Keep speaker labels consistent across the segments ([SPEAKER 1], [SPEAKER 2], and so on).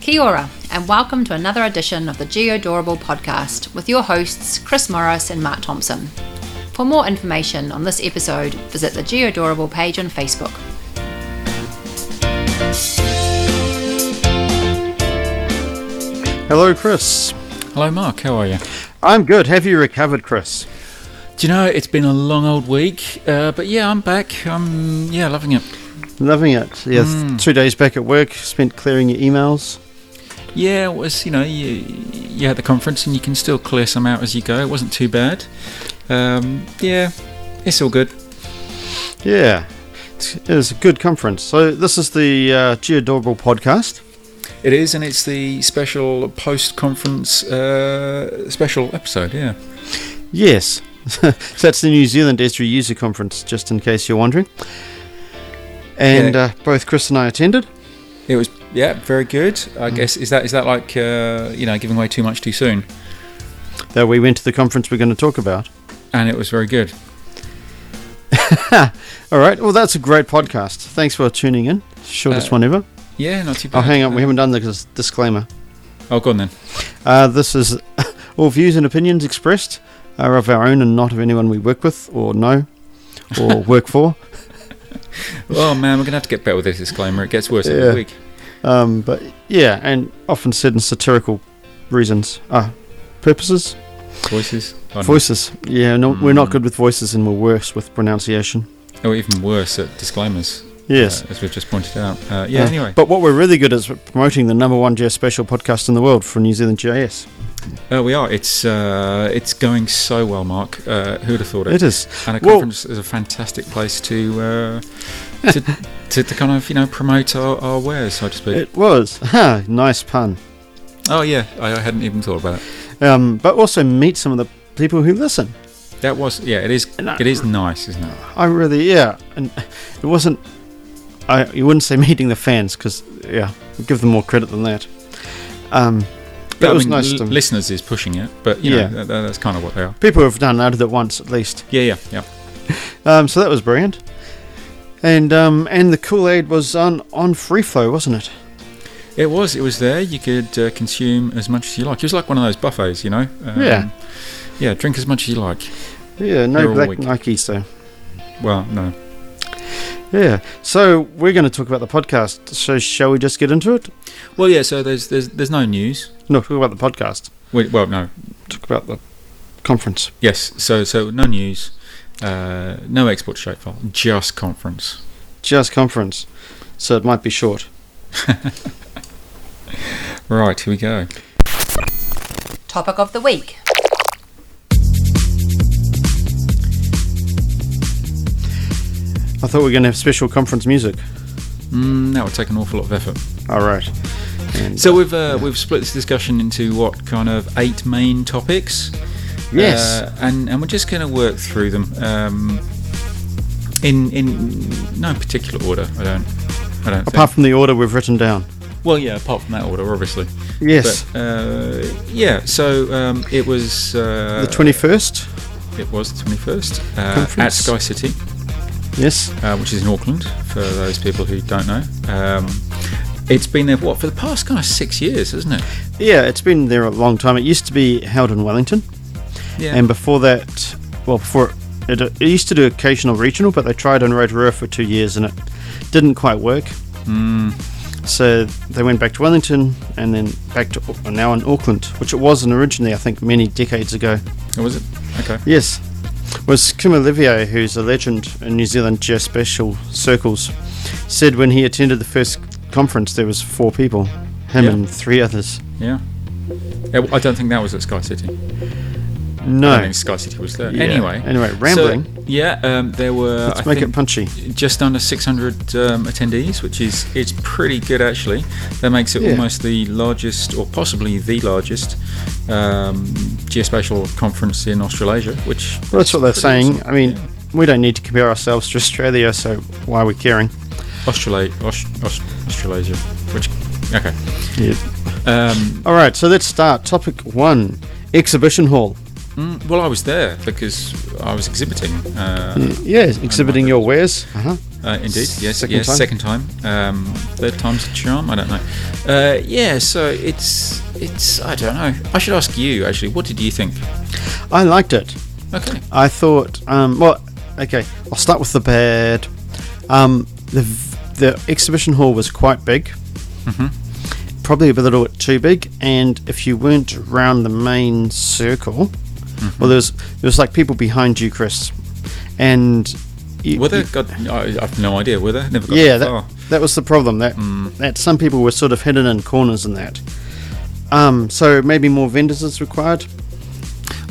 [SPEAKER 1] Kia ora, and welcome to another edition of the Geodorable podcast with your hosts Chris Morris and Mark Thompson. For more information on this episode, visit the Geodorable page on Facebook.
[SPEAKER 2] Hello, Chris.
[SPEAKER 3] Hello, Mark. How are you?
[SPEAKER 2] I'm good. Have you recovered, Chris?
[SPEAKER 3] Do you know it's been a long old week, uh, but yeah, I'm back. I'm yeah, loving it.
[SPEAKER 2] Loving it. Yeah, th-
[SPEAKER 3] Hmm.
[SPEAKER 2] two days back at work, spent clearing your emails.
[SPEAKER 3] Yeah, it was you know you you had the conference and you can still clear some out as you go. It wasn't too bad. Um, yeah, it's all good.
[SPEAKER 2] Yeah, It's- it was a good conference. So this is the uh, Geodorable podcast.
[SPEAKER 3] It is, and it's the special post-conference uh, special episode. Yeah.
[SPEAKER 2] Yes, so that's the New Zealand Esri User Conference, just in case you're wondering. And
[SPEAKER 3] Yeah.
[SPEAKER 2] uh, both Chris and I attended.
[SPEAKER 3] It was yeah, very good. I guess is that is that like uh, you know giving away too much too soon?
[SPEAKER 2] Though we went to the conference we're going to talk about.
[SPEAKER 3] And it was very good.
[SPEAKER 2] All right. Well, that's a great podcast. Thanks for tuning in. Shortest
[SPEAKER 3] Uh,
[SPEAKER 2] one ever.
[SPEAKER 3] Yeah, not too bad.
[SPEAKER 2] Oh, hang on. We haven't done the dis- disclaimer.
[SPEAKER 3] Oh, go on then.
[SPEAKER 2] Uh, this is all views and opinions expressed are of our own and not of anyone we work with or know or work for.
[SPEAKER 3] Oh man, we're gonna have to get better with this disclaimer. It gets worse every
[SPEAKER 2] Yeah.
[SPEAKER 3] week.
[SPEAKER 2] Um, but yeah, and often said in satirical reasons, uh, purposes,
[SPEAKER 3] Voices. Oh, no.
[SPEAKER 2] voices. Yeah, no, we're not
[SPEAKER 3] Mm.
[SPEAKER 2] good with voices, and we're worse with pronunciation.
[SPEAKER 3] Or Oh, even worse at disclaimers.
[SPEAKER 2] Yes.
[SPEAKER 3] uh, as we've just pointed out. Uh, yeah.
[SPEAKER 2] Uh,
[SPEAKER 3] anyway,
[SPEAKER 2] But what we're really good at is promoting the number one GIS special podcast in the world for New Zealand GIS.
[SPEAKER 3] uh, we are. It's uh, it's going so well, Mark. Uh, who'd have thought it?
[SPEAKER 2] It is.
[SPEAKER 3] And a
[SPEAKER 2] well-
[SPEAKER 3] conference is a fantastic place to uh, to, to to kind of you know promote our, our wares, so to speak.
[SPEAKER 2] It was. Ha, nice pun.
[SPEAKER 3] oh yeah, I, I hadn't even thought about it.
[SPEAKER 2] Um, but also meet some of the people who listen.
[SPEAKER 3] That was yeah. It is
[SPEAKER 2] And I-
[SPEAKER 3] it is nice, isn't it?
[SPEAKER 2] I really, yeah, and it wasn't. I you wouldn't say meeting the fans because yeah, we give them more credit than that. Um, but
[SPEAKER 3] I
[SPEAKER 2] it was
[SPEAKER 3] mean,
[SPEAKER 2] nice.
[SPEAKER 3] l-
[SPEAKER 2] to,
[SPEAKER 3] listeners is pushing it, but you know
[SPEAKER 2] Yeah.
[SPEAKER 3] yeah. that, that's kind of what they are.
[SPEAKER 2] people have done out of it once at least.
[SPEAKER 3] Yeah, yeah, yeah.
[SPEAKER 2] Um, so that was brilliant. And um, and the Kool Aid was on on free flow, wasn't it?
[SPEAKER 3] It was. It was there. You could uh, consume as much as you like. It was like one of those buffets, you know. Um,
[SPEAKER 2] Yeah.
[SPEAKER 3] Yeah. Drink as much as you like.
[SPEAKER 2] Yeah, no
[SPEAKER 3] They're all
[SPEAKER 2] black
[SPEAKER 3] weak.
[SPEAKER 2] Nike. So
[SPEAKER 3] Well, no.
[SPEAKER 2] yeah. So we're going to talk about the podcast. So shall we just get into it?
[SPEAKER 3] Well, yeah. So there's there's there's no news.
[SPEAKER 2] No, talk about the podcast.
[SPEAKER 3] Wait, well, no.
[SPEAKER 2] Talk about the conference.
[SPEAKER 3] Yes. So so no news. Uh, no export shape file. Just conference.
[SPEAKER 2] Just conference. So it might be short.
[SPEAKER 3] Right. Here we go.
[SPEAKER 1] Topic of the week.
[SPEAKER 2] I thought we were going to have special conference music.
[SPEAKER 3] Mm, that would take an awful lot of effort.
[SPEAKER 2] All right. And
[SPEAKER 3] So we've uh, we've split this discussion into what kind of eight main topics.
[SPEAKER 2] Yes.
[SPEAKER 3] Uh, and and we're just going to work through them um, in in no particular order. I don't. I don't.
[SPEAKER 2] apart from the order we've written down.
[SPEAKER 3] think. Well, yeah. Apart from that order, obviously.
[SPEAKER 2] Yes.
[SPEAKER 3] But, uh, yeah. So um, it was uh,
[SPEAKER 2] the 21st.
[SPEAKER 3] It was the 21st uh, at
[SPEAKER 2] Conference.
[SPEAKER 3] Sky City,
[SPEAKER 2] Yes.
[SPEAKER 3] uh, which is in Auckland, for those people who don't know. Um, it's been there, what, for the past kind of six years, isn't it?
[SPEAKER 2] Yeah, it's been there a long time. It used to be held in Wellington.
[SPEAKER 3] Yeah.
[SPEAKER 2] And before that, well, before it, it used to do occasional regional, but they tried on Rotorua for two years and it didn't quite work. Hmm. So they went back to Wellington and then back to Au- now in Auckland, which it was in originally, I think, many decades ago.
[SPEAKER 3] Or was it? Okay.
[SPEAKER 2] Yes. Was Kim Olivier, who's a legend in New Zealand geospatial circles, said when he attended the first conference there was four people, him
[SPEAKER 3] Yeah.
[SPEAKER 2] and three others.
[SPEAKER 3] Yeah. Yeah, well, I don't think that was at Sky City. I
[SPEAKER 2] No.
[SPEAKER 3] think Sky City was there.
[SPEAKER 2] Yeah.
[SPEAKER 3] Anyway.
[SPEAKER 2] Anyway, rambling.
[SPEAKER 3] So, yeah, um, there were
[SPEAKER 2] Let's
[SPEAKER 3] I
[SPEAKER 2] make
[SPEAKER 3] think,
[SPEAKER 2] it punchy.
[SPEAKER 3] just under 600 um, attendees, which is it's pretty good actually. That makes it
[SPEAKER 2] Yeah.
[SPEAKER 3] almost the largest, or possibly the largest, um, geospatial conference in Australasia. Which
[SPEAKER 2] Well, that's what they're
[SPEAKER 3] pretty
[SPEAKER 2] saying.
[SPEAKER 3] awesome.
[SPEAKER 2] I mean,
[SPEAKER 3] yeah.
[SPEAKER 2] we don't need to compare ourselves to Australia, so why are we caring?
[SPEAKER 3] Australa- Aus- Aus- Australasia, which okay.
[SPEAKER 2] Yeah.
[SPEAKER 3] Um,
[SPEAKER 2] All right, so let's start. Topic one Exhibition Hall.
[SPEAKER 3] Mm, well, I was there because I was exhibiting. Uh,
[SPEAKER 2] Yeah, exhibiting your wares. Uh-huh.
[SPEAKER 3] Uh, indeed, yes,
[SPEAKER 2] Second
[SPEAKER 3] yes,
[SPEAKER 2] time?
[SPEAKER 3] second time, um, third time's a charm. I don't know. Uh, yeah, so it's it's I don't know. I should ask you actually. What did you think?
[SPEAKER 2] I liked it.
[SPEAKER 3] Okay,
[SPEAKER 2] I thought, um, well, okay, I'll start with the bad. Um, the v- the exhibition hall was quite big,
[SPEAKER 3] Mm-hmm.
[SPEAKER 2] probably a little bit too big. And if you weren't around the main circle,
[SPEAKER 3] Mm-hmm.
[SPEAKER 2] well, there was there was like people behind you, Chris, and you,
[SPEAKER 3] were there? Oh. God, I, I've no idea. Were there? Never got
[SPEAKER 2] yeah,
[SPEAKER 3] that far.
[SPEAKER 2] that, that was the problem. That
[SPEAKER 3] Mm.
[SPEAKER 2] that some people were sort of hidden in corners in that. Um, so maybe more vendors is required.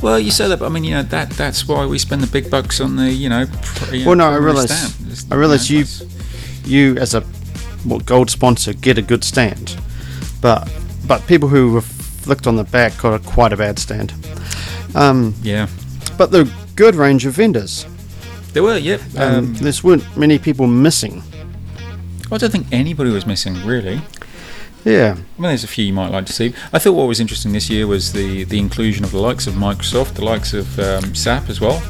[SPEAKER 3] Well, you say that, but I mean, you know, that that's why we spend the big bucks on the, you know. Pr- you
[SPEAKER 2] Well,
[SPEAKER 3] know,
[SPEAKER 2] no, I
[SPEAKER 3] primary
[SPEAKER 2] realise-
[SPEAKER 3] stand. It's-
[SPEAKER 2] I realise
[SPEAKER 3] you know,
[SPEAKER 2] you- you as a well, gold sponsor get a good stand, but but people who were flicked on the back got a quite a bad stand. Um,
[SPEAKER 3] that's- Yeah,
[SPEAKER 2] but the good range of vendors.
[SPEAKER 3] there were. Yep.
[SPEAKER 2] Um,
[SPEAKER 3] Um,
[SPEAKER 2] there's weren't many people missing.
[SPEAKER 3] I don't think anybody was missing really.
[SPEAKER 2] Yeah,
[SPEAKER 3] I mean, there's a few you might like to see. I thought what was interesting this year was the, the inclusion of the likes of Microsoft, the likes of um, SAP as well.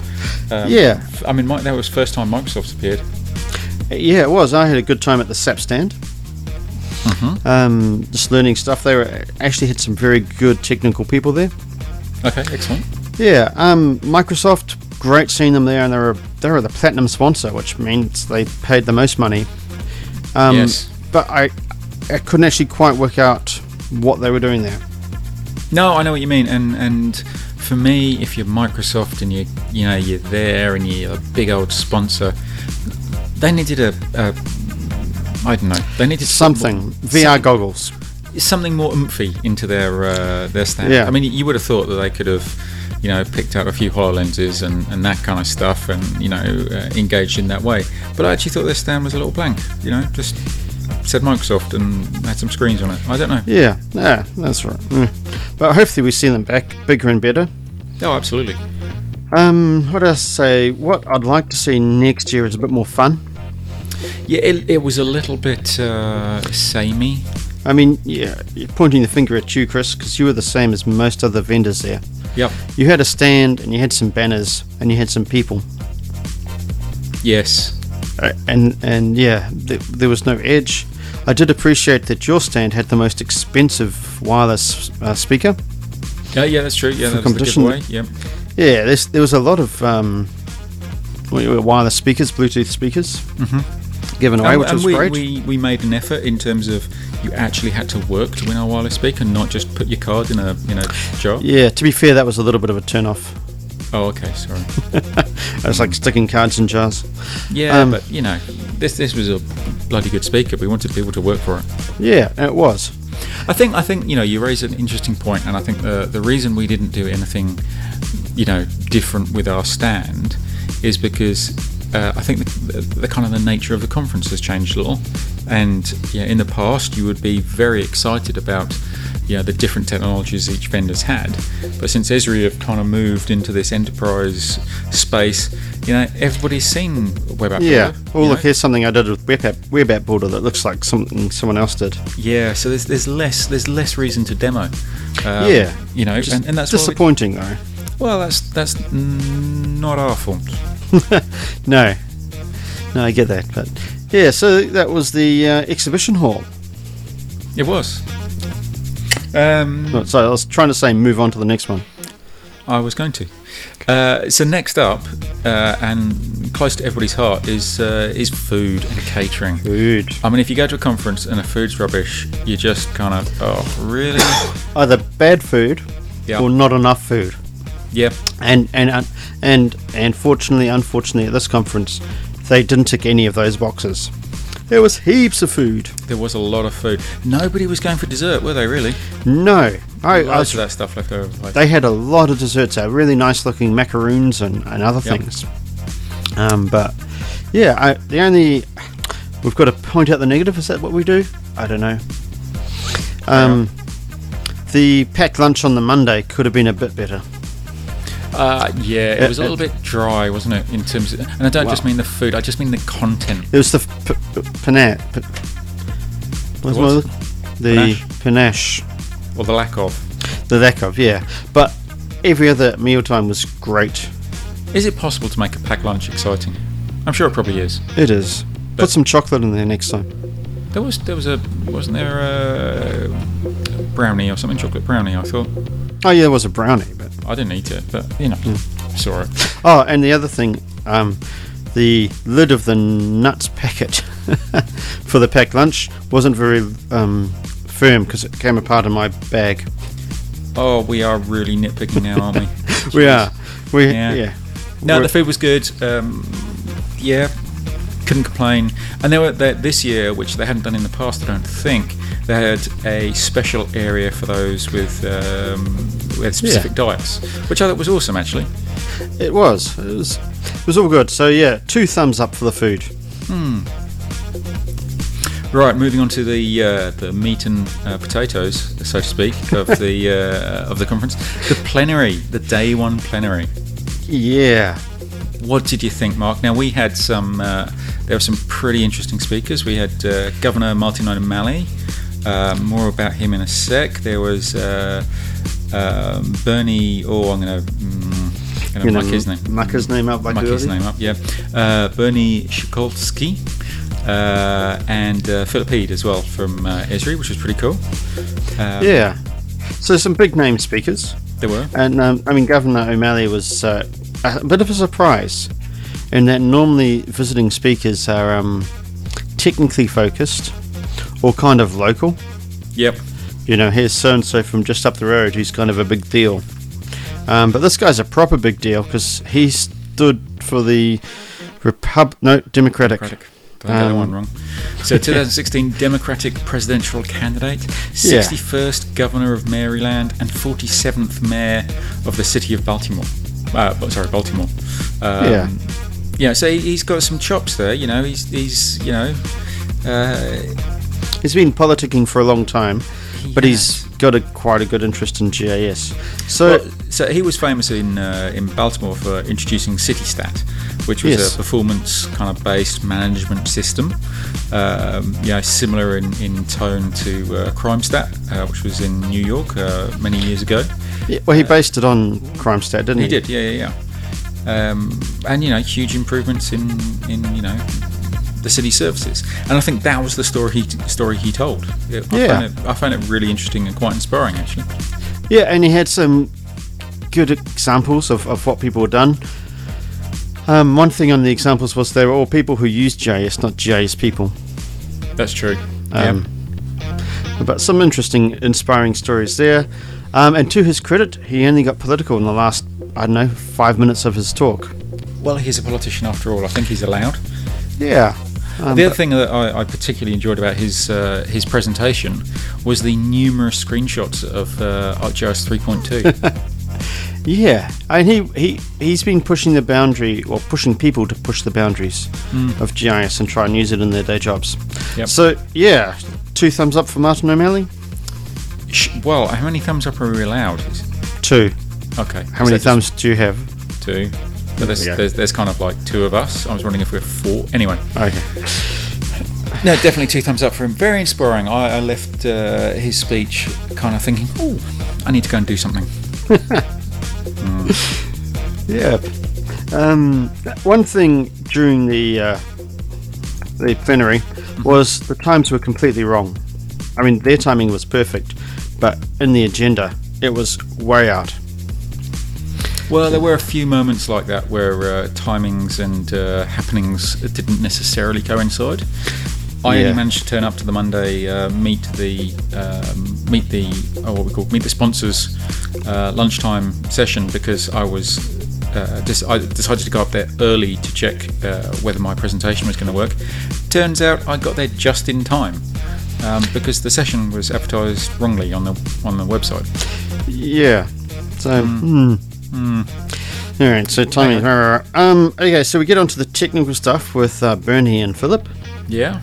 [SPEAKER 3] Um,
[SPEAKER 2] Yeah.
[SPEAKER 3] f- I mean, Mi- that was first time Microsoft's appeared.
[SPEAKER 2] yeah, it was. I had a good time at the SAP stand. Um, just learning stuff. They were, actually had some very good technical people there.
[SPEAKER 3] Okay, excellent.
[SPEAKER 2] Yeah, um, Microsoft, great seeing them there, and they were they were the platinum sponsor, which means they paid the most money. Um,
[SPEAKER 3] Yes.
[SPEAKER 2] But I I couldn't actually quite work out what they were doing there.
[SPEAKER 3] No, I know what you mean, and and for me, if you're Microsoft and you you know you're there and you're a big old sponsor, they needed a. a I don't know. They needed
[SPEAKER 2] Something VR goggles.
[SPEAKER 3] something more oomphy into their uh, their stand.
[SPEAKER 2] Yeah.
[SPEAKER 3] I mean, you would have thought that they could have, you know, picked out a few Hololenses and, and that kind of stuff, and you know, uh, engaged in that way. But I actually thought their stand was a little blank. You know, just said Microsoft and had some screens on it. I don't know.
[SPEAKER 2] Yeah, yeah, that's right. Mm. But hopefully we see them back bigger and better.
[SPEAKER 3] Oh, absolutely.
[SPEAKER 2] Um, what I say, what I'd like to see next year is a bit more fun.
[SPEAKER 3] Yeah, it, it was a little bit uh, samey.
[SPEAKER 2] I mean, yeah, you're pointing the finger at you, Chris, because you were the same as most other vendors there.
[SPEAKER 3] Yep.
[SPEAKER 2] You had a stand and you had some banners and you had some people.
[SPEAKER 3] Yes.
[SPEAKER 2] Uh, and and yeah, th- there was no edge. I did appreciate that your stand had the most expensive wireless uh, speaker.
[SPEAKER 3] Yeah, yeah, that's true. Yeah,
[SPEAKER 2] For
[SPEAKER 3] that was the
[SPEAKER 2] competition.
[SPEAKER 3] giveaway. Yeah.
[SPEAKER 2] Yeah, there's, there was a lot of um, wi- wi- wireless speakers, Bluetooth speakers, given away,
[SPEAKER 3] Mm-hmm. And-
[SPEAKER 2] which
[SPEAKER 3] and
[SPEAKER 2] was
[SPEAKER 3] we,
[SPEAKER 2] great.
[SPEAKER 3] We, we made an effort in terms of you actually had to work to win our wireless speaker, not just put your card in a in a jar.
[SPEAKER 2] yeah, to be fair, that was a little bit of a turn off.
[SPEAKER 3] Oh, okay, sorry.
[SPEAKER 2] It was like sticking cards in jars.
[SPEAKER 3] Yeah,
[SPEAKER 2] Um,
[SPEAKER 3] but you know, this this was a bloody good speaker. We wanted people to work for it.
[SPEAKER 2] Yeah, it was.
[SPEAKER 3] I think I think you know you raise an interesting point, and I think the the reason we didn't do anything, you know, different with our stand, is because uh, I think the, the, the kind of the nature of the conference has changed a little, and yeah, in the past you would be very excited about. You know, the different technologies each vendor's had, but since Esri have kind of moved into this enterprise space, you know everybody's seen web app.
[SPEAKER 2] Yeah.
[SPEAKER 3] Builder,
[SPEAKER 2] Oh,
[SPEAKER 3] you
[SPEAKER 2] look,
[SPEAKER 3] know?
[SPEAKER 2] here's something I did with Web App, Web App Builder that looks like something someone else did.
[SPEAKER 3] Yeah, so there's there's less there's less reason to demo. Um,
[SPEAKER 2] Yeah.
[SPEAKER 3] you know,
[SPEAKER 2] Just
[SPEAKER 3] and, and that's why we-
[SPEAKER 2] disappointing, though.
[SPEAKER 3] well, that's that's mm, not our fault.
[SPEAKER 2] No, no, I get that, but yeah. So that was the uh, exhibition hall.
[SPEAKER 3] It was. Um,
[SPEAKER 2] No, So I was trying to say move on to the next one.
[SPEAKER 3] I was going to. Uh, so next up, uh, and close to everybody's heart, is uh, is food and catering.
[SPEAKER 2] Food.
[SPEAKER 3] I mean, if you go to a conference and the food's rubbish, you just kind of oh really?
[SPEAKER 2] Either bad food
[SPEAKER 3] Yeah.
[SPEAKER 2] or not enough food.
[SPEAKER 3] yeah,
[SPEAKER 2] And and uh, and and fortunately, unfortunately, at this conference, they didn't tick any of those boxes. There was heaps of food.
[SPEAKER 3] there was a lot of food. Nobody was going for dessert, were they? Really?
[SPEAKER 2] No, I, I
[SPEAKER 3] Loads
[SPEAKER 2] was,
[SPEAKER 3] of that stuff left over. Like,
[SPEAKER 2] they had a lot of desserts there, really nice looking macaroons and, and other
[SPEAKER 3] Yep.
[SPEAKER 2] things. Um, but yeah, I, the only we've got to point out the negative. Is that what we do? I don't know. Um, the packed lunch on the Monday could have been a bit better.
[SPEAKER 3] Uh, yeah, it was a
[SPEAKER 2] Uh,
[SPEAKER 3] little bit dry, wasn't it? In terms of, and I don't just
[SPEAKER 2] Wow.
[SPEAKER 3] mean the food, I just mean the content.
[SPEAKER 2] It was the p- p- panat. P- what
[SPEAKER 3] what?
[SPEAKER 2] was it? The panache.
[SPEAKER 3] or the lack of.
[SPEAKER 2] the lack of yeah. But every other mealtime was great.
[SPEAKER 3] Is it possible to make a packed lunch exciting? I'm sure it probably is.
[SPEAKER 2] It is. Put
[SPEAKER 3] But-
[SPEAKER 2] some chocolate in there next time.
[SPEAKER 3] There was there was a wasn't there a brownie or something chocolate brownie? I thought
[SPEAKER 2] Oh yeah, there was a brownie, but
[SPEAKER 3] I didn't eat it, but you know, I saw it.
[SPEAKER 2] oh, and the other thing, um, the lid of the nuts packet for the packed lunch wasn't very um, firm because it came apart in my bag.
[SPEAKER 3] Oh, we are really nitpicking now, aren't we?
[SPEAKER 2] We are, we yeah.
[SPEAKER 3] Yeah. No,
[SPEAKER 2] We're-
[SPEAKER 3] the food was good. Um, yeah, couldn't complain. And they were they, this year, which they hadn't done in the past, I don't think. They had a special area for those with um, with specific diets, which I thought was awesome actually.
[SPEAKER 2] It was. It was. It was all good. So yeah, two thumbs up for the food.
[SPEAKER 3] Right, moving on to the uh, the meat and uh, potatoes, so to speak, of the uh, of the conference, the plenary, the day one plenary.
[SPEAKER 2] Yeah.
[SPEAKER 3] What did you think, Mark? Now we had some. Uh, there were some pretty interesting speakers. We had uh, Governor Martin O'Malley. Uh, more about him in a sec. There was uh, um, Bernie. Oh, I'm going to. Mm, going to muck his name.
[SPEAKER 2] Muck his name up like
[SPEAKER 3] Muck his name up. Yeah. Uh, Bernie Shikolsky. Uh, and uh, Philip Heed as well from uh, Esri, which was pretty cool. Um,
[SPEAKER 2] Yeah. So some big name speakers,
[SPEAKER 3] There were.
[SPEAKER 2] and um, I mean Governor O'Malley was uh, a bit of a surprise, in that normally visiting speakers are um, technically focused, or kind of local.
[SPEAKER 3] Yep.
[SPEAKER 2] You know, here's so and so from just up the road who's kind of a big deal. Um, but this guy's a proper big deal because he stood for the Repub no Democratic.
[SPEAKER 3] Democratic. Did I get that
[SPEAKER 2] Um,
[SPEAKER 3] one wrong? So 2016 Democratic presidential candidate, 61st governor of Maryland, and 47th mayor of the city of Baltimore. Uh, but- sorry, Baltimore. Um,
[SPEAKER 2] Yeah.
[SPEAKER 3] Yeah. So he- he's got some chops there. You know, he's he's you know, uh,
[SPEAKER 2] He's been politicking for a long time,
[SPEAKER 3] He
[SPEAKER 2] but
[SPEAKER 3] has.
[SPEAKER 2] he's got a quite a good interest in GIS. So
[SPEAKER 3] Well, so he was famous in uh, in Baltimore for introducing CityStat, which was
[SPEAKER 2] Yes.
[SPEAKER 3] a performance kind of based management system. Um, you know, similar in, in tone to uh, CrimeStat, uh, which was in New York uh, many years ago.
[SPEAKER 2] yeah, well, he based it on CrimeStat, didn't he?
[SPEAKER 3] He did, yeah, yeah, yeah. Um, and you know, huge improvements in in you know the city services. And I think that was the story he story he told. I
[SPEAKER 2] Yeah.
[SPEAKER 3] found it, I found it really interesting and quite inspiring actually.
[SPEAKER 2] Yeah, and he had some good examples of, of what people had done. Um, one thing on the examples was they were all people who used GIS, not GIS people.
[SPEAKER 3] That's true.
[SPEAKER 2] Um, But some interesting, inspiring stories there. Um, and to his credit, he only got political in the last, I don't know, five minutes of his talk.
[SPEAKER 3] Well, he's a politician after all. I think he's allowed.
[SPEAKER 2] Yeah. Um,
[SPEAKER 3] the
[SPEAKER 2] but-
[SPEAKER 3] other thing that I, I particularly enjoyed about his uh, his presentation was the numerous screenshots of uh, ArcGIS 3.2.
[SPEAKER 2] Yeah, and he he he's been pushing the boundary or pushing people to push the boundaries of GIS and try and use it in their day jobs.
[SPEAKER 3] Yep.
[SPEAKER 2] So yeah, two thumbs up for Martin O'Malley.
[SPEAKER 3] Sh- well, how many thumbs up are we allowed? Is-
[SPEAKER 2] Two.
[SPEAKER 3] Okay.
[SPEAKER 2] How many
[SPEAKER 3] is that
[SPEAKER 2] thumbs do you have?
[SPEAKER 3] just Two. But there's,
[SPEAKER 2] we go.
[SPEAKER 3] there's, there's kind of like two of us. I was wondering if we we're four. Anyway,
[SPEAKER 2] Okay.
[SPEAKER 3] no, definitely two thumbs up for him. Very inspiring. I, I left uh, his speech kind of thinking, oh, I need to go and do something.
[SPEAKER 2] Yeah. Um, one thing during the uh, the plenary was the times were completely wrong. I mean, their timing was perfect, but in the agenda, it was way out.
[SPEAKER 3] Well, there were a few moments like that where uh, timings and uh, happenings didn't necessarily coincide. I
[SPEAKER 2] Yeah.
[SPEAKER 3] only managed to turn up to the Monday uh, meet the um, meet the oh, what we call meet the sponsors uh, lunchtime session because I was uh, dis- I decided to go up there early to check uh, whether my presentation was going to work. Turns out I got there just in time um, because the session was advertised wrongly on the on the website.
[SPEAKER 2] Yeah. So. hmm. All right. So timing. Um. Okay. So we get onto the technical stuff with uh, Bernie and Philip,
[SPEAKER 3] Yeah.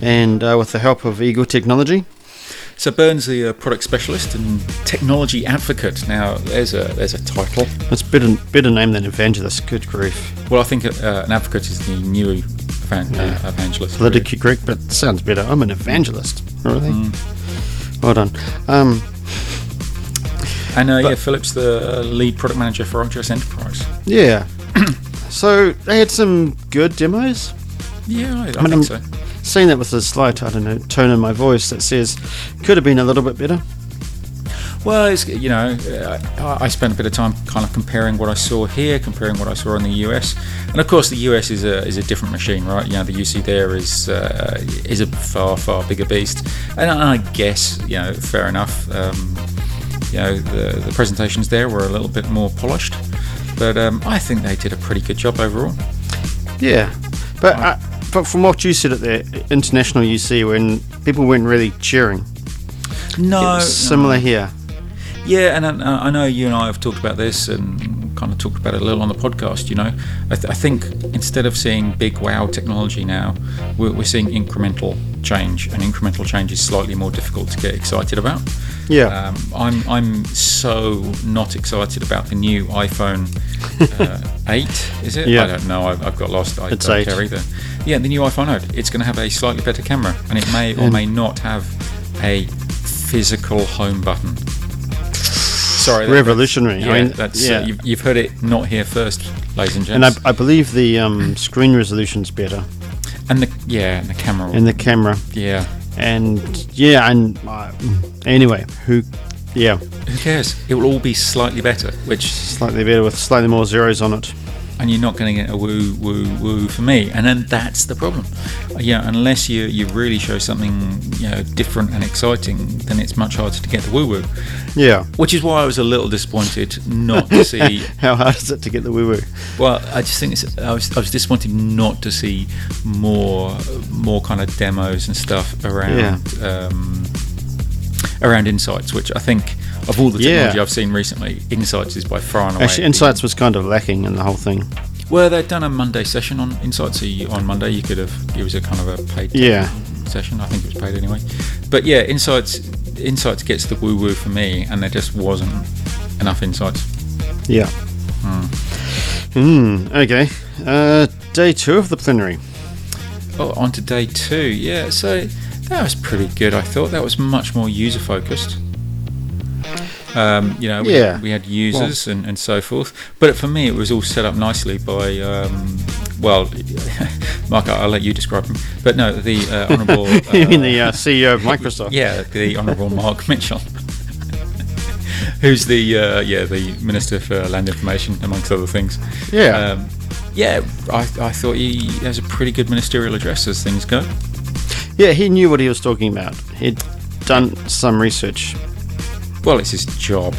[SPEAKER 2] and uh, with the help of Eagle Technology.
[SPEAKER 3] So Burns, the uh, product specialist and technology advocate. Now, there's a there's a title.
[SPEAKER 2] That's better better name than evangelist. Good grief.
[SPEAKER 3] Well, I think uh, an advocate is the new evan- uh, evangelist. really.
[SPEAKER 2] Politically correct, but sounds better. I'm Hmm. an evangelist. Really. Well done. Um.
[SPEAKER 3] And uh, yeah, Philip's the uh, lead product manager for ArcGIS Enterprise.
[SPEAKER 2] Yeah. so they had some good demos.
[SPEAKER 3] Yeah, I, I
[SPEAKER 2] mean,
[SPEAKER 3] think
[SPEAKER 2] I'm-
[SPEAKER 3] so.
[SPEAKER 2] Saying that with a slight, I don't know, tone in my voice that says could have been a little bit better.
[SPEAKER 3] Well, it's, you know, uh, I, I spent a bit of time kind of comparing what I saw here, comparing what I saw in the US, and of course the US is a is a different machine, right? You know, the UC there is uh, is a far far bigger beast, and I I guess you know, fair enough. Um, you know, the, the presentations there were a little bit more polished, but um, I think they did a pretty good job overall.
[SPEAKER 2] Yeah, but uh, but from what you said at the international UC, when people weren't really cheering, it
[SPEAKER 3] No,
[SPEAKER 2] was similar here.
[SPEAKER 3] Yeah, and I, I know you and I have talked about this and kind of talked about it a little on the podcast. You know, I, th- I think instead of seeing big wow technology now, we're, we're seeing incremental change, and incremental change is slightly more difficult to get excited about.
[SPEAKER 2] Yeah.
[SPEAKER 3] um, I'm I'm so not excited about the new iPhone uh, eight. Is it?
[SPEAKER 2] Yeah.
[SPEAKER 3] I don't know. I've, I've got lost. I
[SPEAKER 2] It's
[SPEAKER 3] don't
[SPEAKER 2] 8.
[SPEAKER 3] care either. Yeah, the new iPhone 8. It's going to have a slightly better camera, and it may or may not have a physical home button. Sorry, that-
[SPEAKER 2] Revolutionary.
[SPEAKER 3] Yeah,
[SPEAKER 2] I mean,
[SPEAKER 3] that's
[SPEAKER 2] yeah.
[SPEAKER 3] Uh, you've, you've heard it not here first, ladies and
[SPEAKER 2] and I,
[SPEAKER 3] gents.
[SPEAKER 2] I believe the um, screen resolution's better
[SPEAKER 3] And the yeah, and the camera.
[SPEAKER 2] and the camera.
[SPEAKER 3] yeah,
[SPEAKER 2] And yeah, and uh, anyway, who, yeah,
[SPEAKER 3] who cares? It will all be slightly better, which
[SPEAKER 2] slightly better with slightly more zeros on it.
[SPEAKER 3] and you're not going to get a woo woo woo for me and then that's the problem you know unless you you really show something you know different and exciting then it's much harder to get the woo woo
[SPEAKER 2] Yeah.
[SPEAKER 3] which is why I was a little disappointed not to see
[SPEAKER 2] How hard is it to get the
[SPEAKER 3] Oh,
[SPEAKER 2] woo woo?
[SPEAKER 3] well I just think it's, I was I was disappointed not to see more more kind of demos and stuff around um, around insights which I think of all the
[SPEAKER 2] Yeah.
[SPEAKER 3] technology I've seen recently insights is by far and away
[SPEAKER 2] Actually,
[SPEAKER 3] the-
[SPEAKER 2] Insights was kind of lacking in the whole thing.
[SPEAKER 3] Well, they'd done a Monday session on Insight, so you, on Monday you could have. It was a kind of a paid
[SPEAKER 2] Yeah.
[SPEAKER 3] session. I think it was paid anyway. But yeah, Insights Insights gets the woo woo for me, and there just wasn't enough Insights.
[SPEAKER 2] Yeah. Hmm. okay. Uh, day two of the plenary.
[SPEAKER 3] Oh, on to day two. Yeah, so that was pretty good. I thought that was much more user focused. Um, you know, we,
[SPEAKER 2] Yeah.
[SPEAKER 3] we had users and, and so forth. But for me, it was all set up nicely by, um, well, Mark, I'll, I'll let you describe him. But no, the uh, honourable. Uh,
[SPEAKER 2] you mean the uh, CEO of Microsoft?
[SPEAKER 3] Yeah, the Honourable Mark Mitchell, who's the uh, yeah the Minister for Land Information, amongst other things.
[SPEAKER 2] Yeah.
[SPEAKER 3] um, yeah. I, I thought he has a pretty good ministerial address as things go.
[SPEAKER 2] Yeah, he knew what he was talking about. He'd done some research.
[SPEAKER 3] Well, it's his job.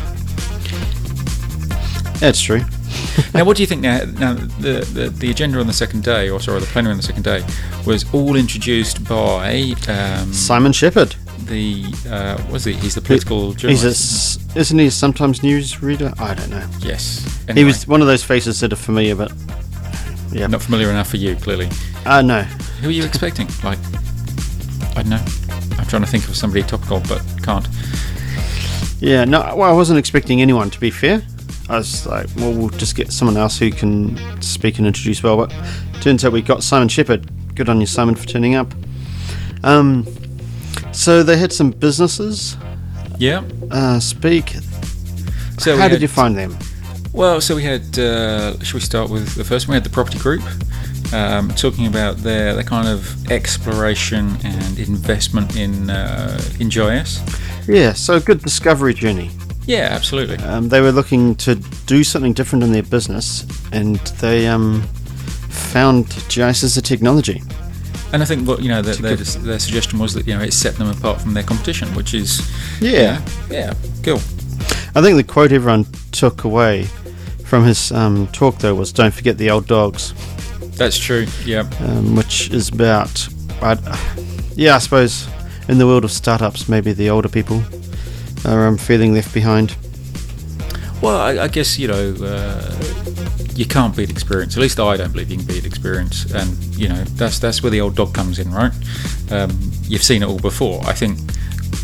[SPEAKER 2] That's true.
[SPEAKER 3] Hmm. now, what do you think? Now, now the, the the agenda on the second day, or sorry, the plenary on the second day, was all introduced by um,
[SPEAKER 2] Simon Shepherd.
[SPEAKER 3] the uh, what was he? He's the political
[SPEAKER 2] He's
[SPEAKER 3] journalist.
[SPEAKER 2] a, s- isn't he sometimes newsreader? I don't know.
[SPEAKER 3] yes.
[SPEAKER 2] He
[SPEAKER 3] Anyway,
[SPEAKER 2] was one of those faces that are familiar, but yeah.
[SPEAKER 3] not familiar enough for you, clearly.
[SPEAKER 2] Uh, no.
[SPEAKER 3] Who are you expecting? Like, I don't know. I'm trying to think of somebody topical, but can't.
[SPEAKER 2] Yeah, no. Well, I wasn't expecting anyone. To be fair, I was like, well, we'll just get someone else who can speak and introduce well. But turns out we got Simon Shepherd. Good on you, Simon, for turning up. Um, so they had some businesses
[SPEAKER 3] Yeah.
[SPEAKER 2] uh, speak.
[SPEAKER 3] So we
[SPEAKER 2] How did
[SPEAKER 3] had-
[SPEAKER 2] you find them?
[SPEAKER 3] Well, so we had. Uh, should we start with the first one? We had the property group um, talking about their their kind of exploration and investment in uh, in GIS.
[SPEAKER 2] Yeah, so a good discovery journey.
[SPEAKER 3] Yeah, absolutely.
[SPEAKER 2] Um, they were looking to do something different in their business, and they um, found GIS as a technology.
[SPEAKER 3] And I think what you know their, their,
[SPEAKER 2] good-
[SPEAKER 3] their suggestion was that you know it set them apart from their competition, which is
[SPEAKER 2] Yeah.
[SPEAKER 3] yeah, cool.
[SPEAKER 2] I think the quote everyone took away from his um, talk, though, was "Don't forget the old dogs,"
[SPEAKER 3] That's true. Yeah.
[SPEAKER 2] um, which is about, i yeah, I suppose, in the world of startups, maybe the older people are um, feeling left behind.
[SPEAKER 3] Well, I, I guess you know uh, you can't beat experience. At least I don't believe you can beat experience, and you know that's that's where the old dog comes in, right? Um, you've seen it all before. I think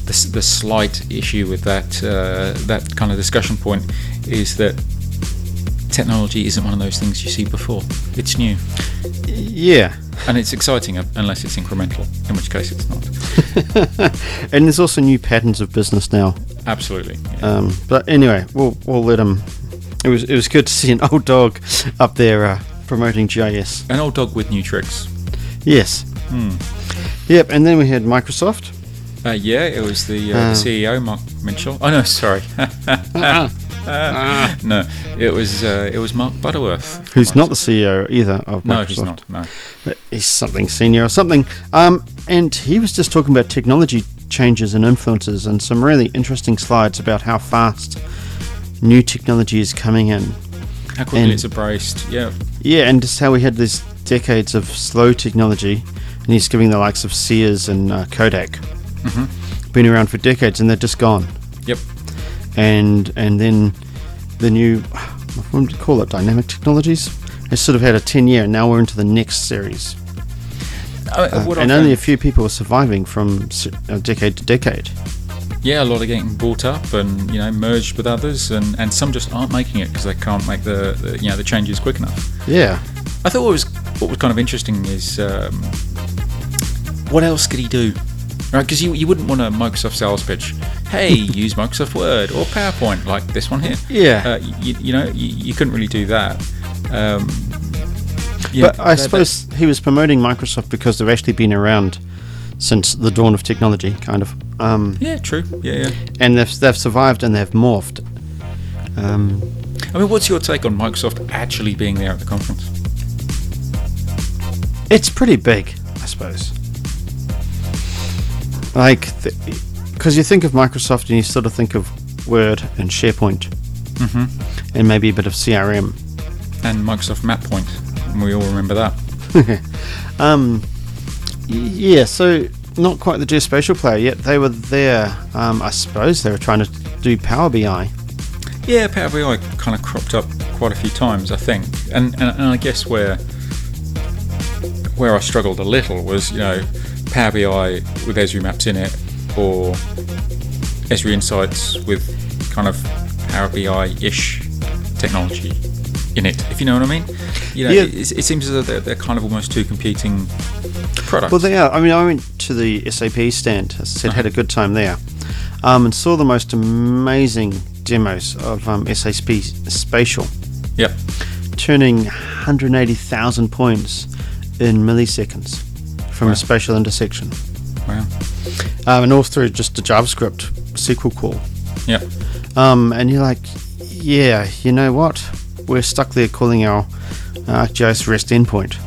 [SPEAKER 3] the, s- the slight issue with that uh, that kind of discussion point is that technology isn't one of those things you see before. It's new
[SPEAKER 2] Yeah,
[SPEAKER 3] and it's exciting uh, unless it's incremental, in which case it's not.
[SPEAKER 2] and there's also new patterns of business now.
[SPEAKER 3] absolutely. Yeah.
[SPEAKER 2] Um, but anyway, we'll we'll let him. It was it was good to see an old dog up there uh, promoting GIS.
[SPEAKER 3] An old dog with new tricks.
[SPEAKER 2] Yes.
[SPEAKER 3] Hmm.
[SPEAKER 2] Yep. And then we had Microsoft.
[SPEAKER 3] Uh, yeah, it was the, uh,
[SPEAKER 2] Ah.
[SPEAKER 3] the CEO Mark Mitchell. Oh no, sorry, no, it was uh, it was Mark Butterworth.
[SPEAKER 2] Uh-uh. Who's not the CEO either of Microsoft.
[SPEAKER 3] No, he's not. No.
[SPEAKER 2] But He's something senior or something. Um, and he was just talking about technology changes and influences and some really interesting slides about how fast new technology is coming in.
[SPEAKER 3] How quickly
[SPEAKER 2] And-
[SPEAKER 3] it's embraced. Yeah,
[SPEAKER 2] Yeah, and just how we had these decades of slow technology, and he's giving the likes of Sears and uh, Kodak,
[SPEAKER 3] Mm-hmm.
[SPEAKER 2] been around for decades, and they're just gone.
[SPEAKER 3] yep.
[SPEAKER 2] And and then the new, what would you call it, dynamic technologies? It's sort of had a ten year, and now we're into the next series,
[SPEAKER 3] Uh, what I
[SPEAKER 2] and only a
[SPEAKER 3] found-
[SPEAKER 2] few people are surviving from s- uh, decade to decade.
[SPEAKER 3] yeah, a lot are getting bought up and you know merged with others, and, and some just aren't making it because they can't make the, the you know the changes quick enough.
[SPEAKER 2] Yeah,
[SPEAKER 3] I thought what was what was kind of interesting is um, what else could he do? Right, because you, you wouldn't want a Microsoft sales pitch. Hey, use Microsoft Word or PowerPoint like this one here.
[SPEAKER 2] Yeah.
[SPEAKER 3] uh, you, you know you, you couldn't really do that. Um, yeah,
[SPEAKER 2] but I
[SPEAKER 3] that-
[SPEAKER 2] suppose he was promoting Microsoft because they've actually been around since the dawn of technology, kind of. Um,
[SPEAKER 3] that- yeah, true. Yeah, yeah.
[SPEAKER 2] and they've, they've survived and they've morphed. Um,
[SPEAKER 3] I mean, what's your take on Microsoft actually being there at the conference?
[SPEAKER 2] it's pretty big, I suppose. Like, because you think of Microsoft and you sort of think of Word and SharePoint, and maybe a bit of CRM.
[SPEAKER 3] And Microsoft MapPoint, and we all remember that.
[SPEAKER 2] Y- yeah, so not quite the geospatial player yet. They were there. Um, I suppose they were trying to do Power BI.
[SPEAKER 3] Yeah, Power BI kind of cropped up quite a few times, I think, and and, and I guess where where I struggled a little was you know Power BI with Esri Maps in it, or Esri Insights with kind of Power BI ish technology in it, if you know what I mean. You know,
[SPEAKER 2] Yeah.
[SPEAKER 3] it, it seems as though they're, they're kind of almost two competing products.
[SPEAKER 2] Well, they are. I mean, I went to the SAP stand. As I said, had a good time there, um, and saw the most amazing demos of um, SAP Spatial,
[SPEAKER 3] yep.
[SPEAKER 2] turning 180,000 points in milliseconds from
[SPEAKER 3] Wow.
[SPEAKER 2] a spatial intersection,
[SPEAKER 3] Wow.
[SPEAKER 2] um, and all through just a JavaScript SQL call.
[SPEAKER 3] Yep.
[SPEAKER 2] Um, and you're like, yeah, you know what? We're stuck there calling our uh, ArcGIS REST endpoint.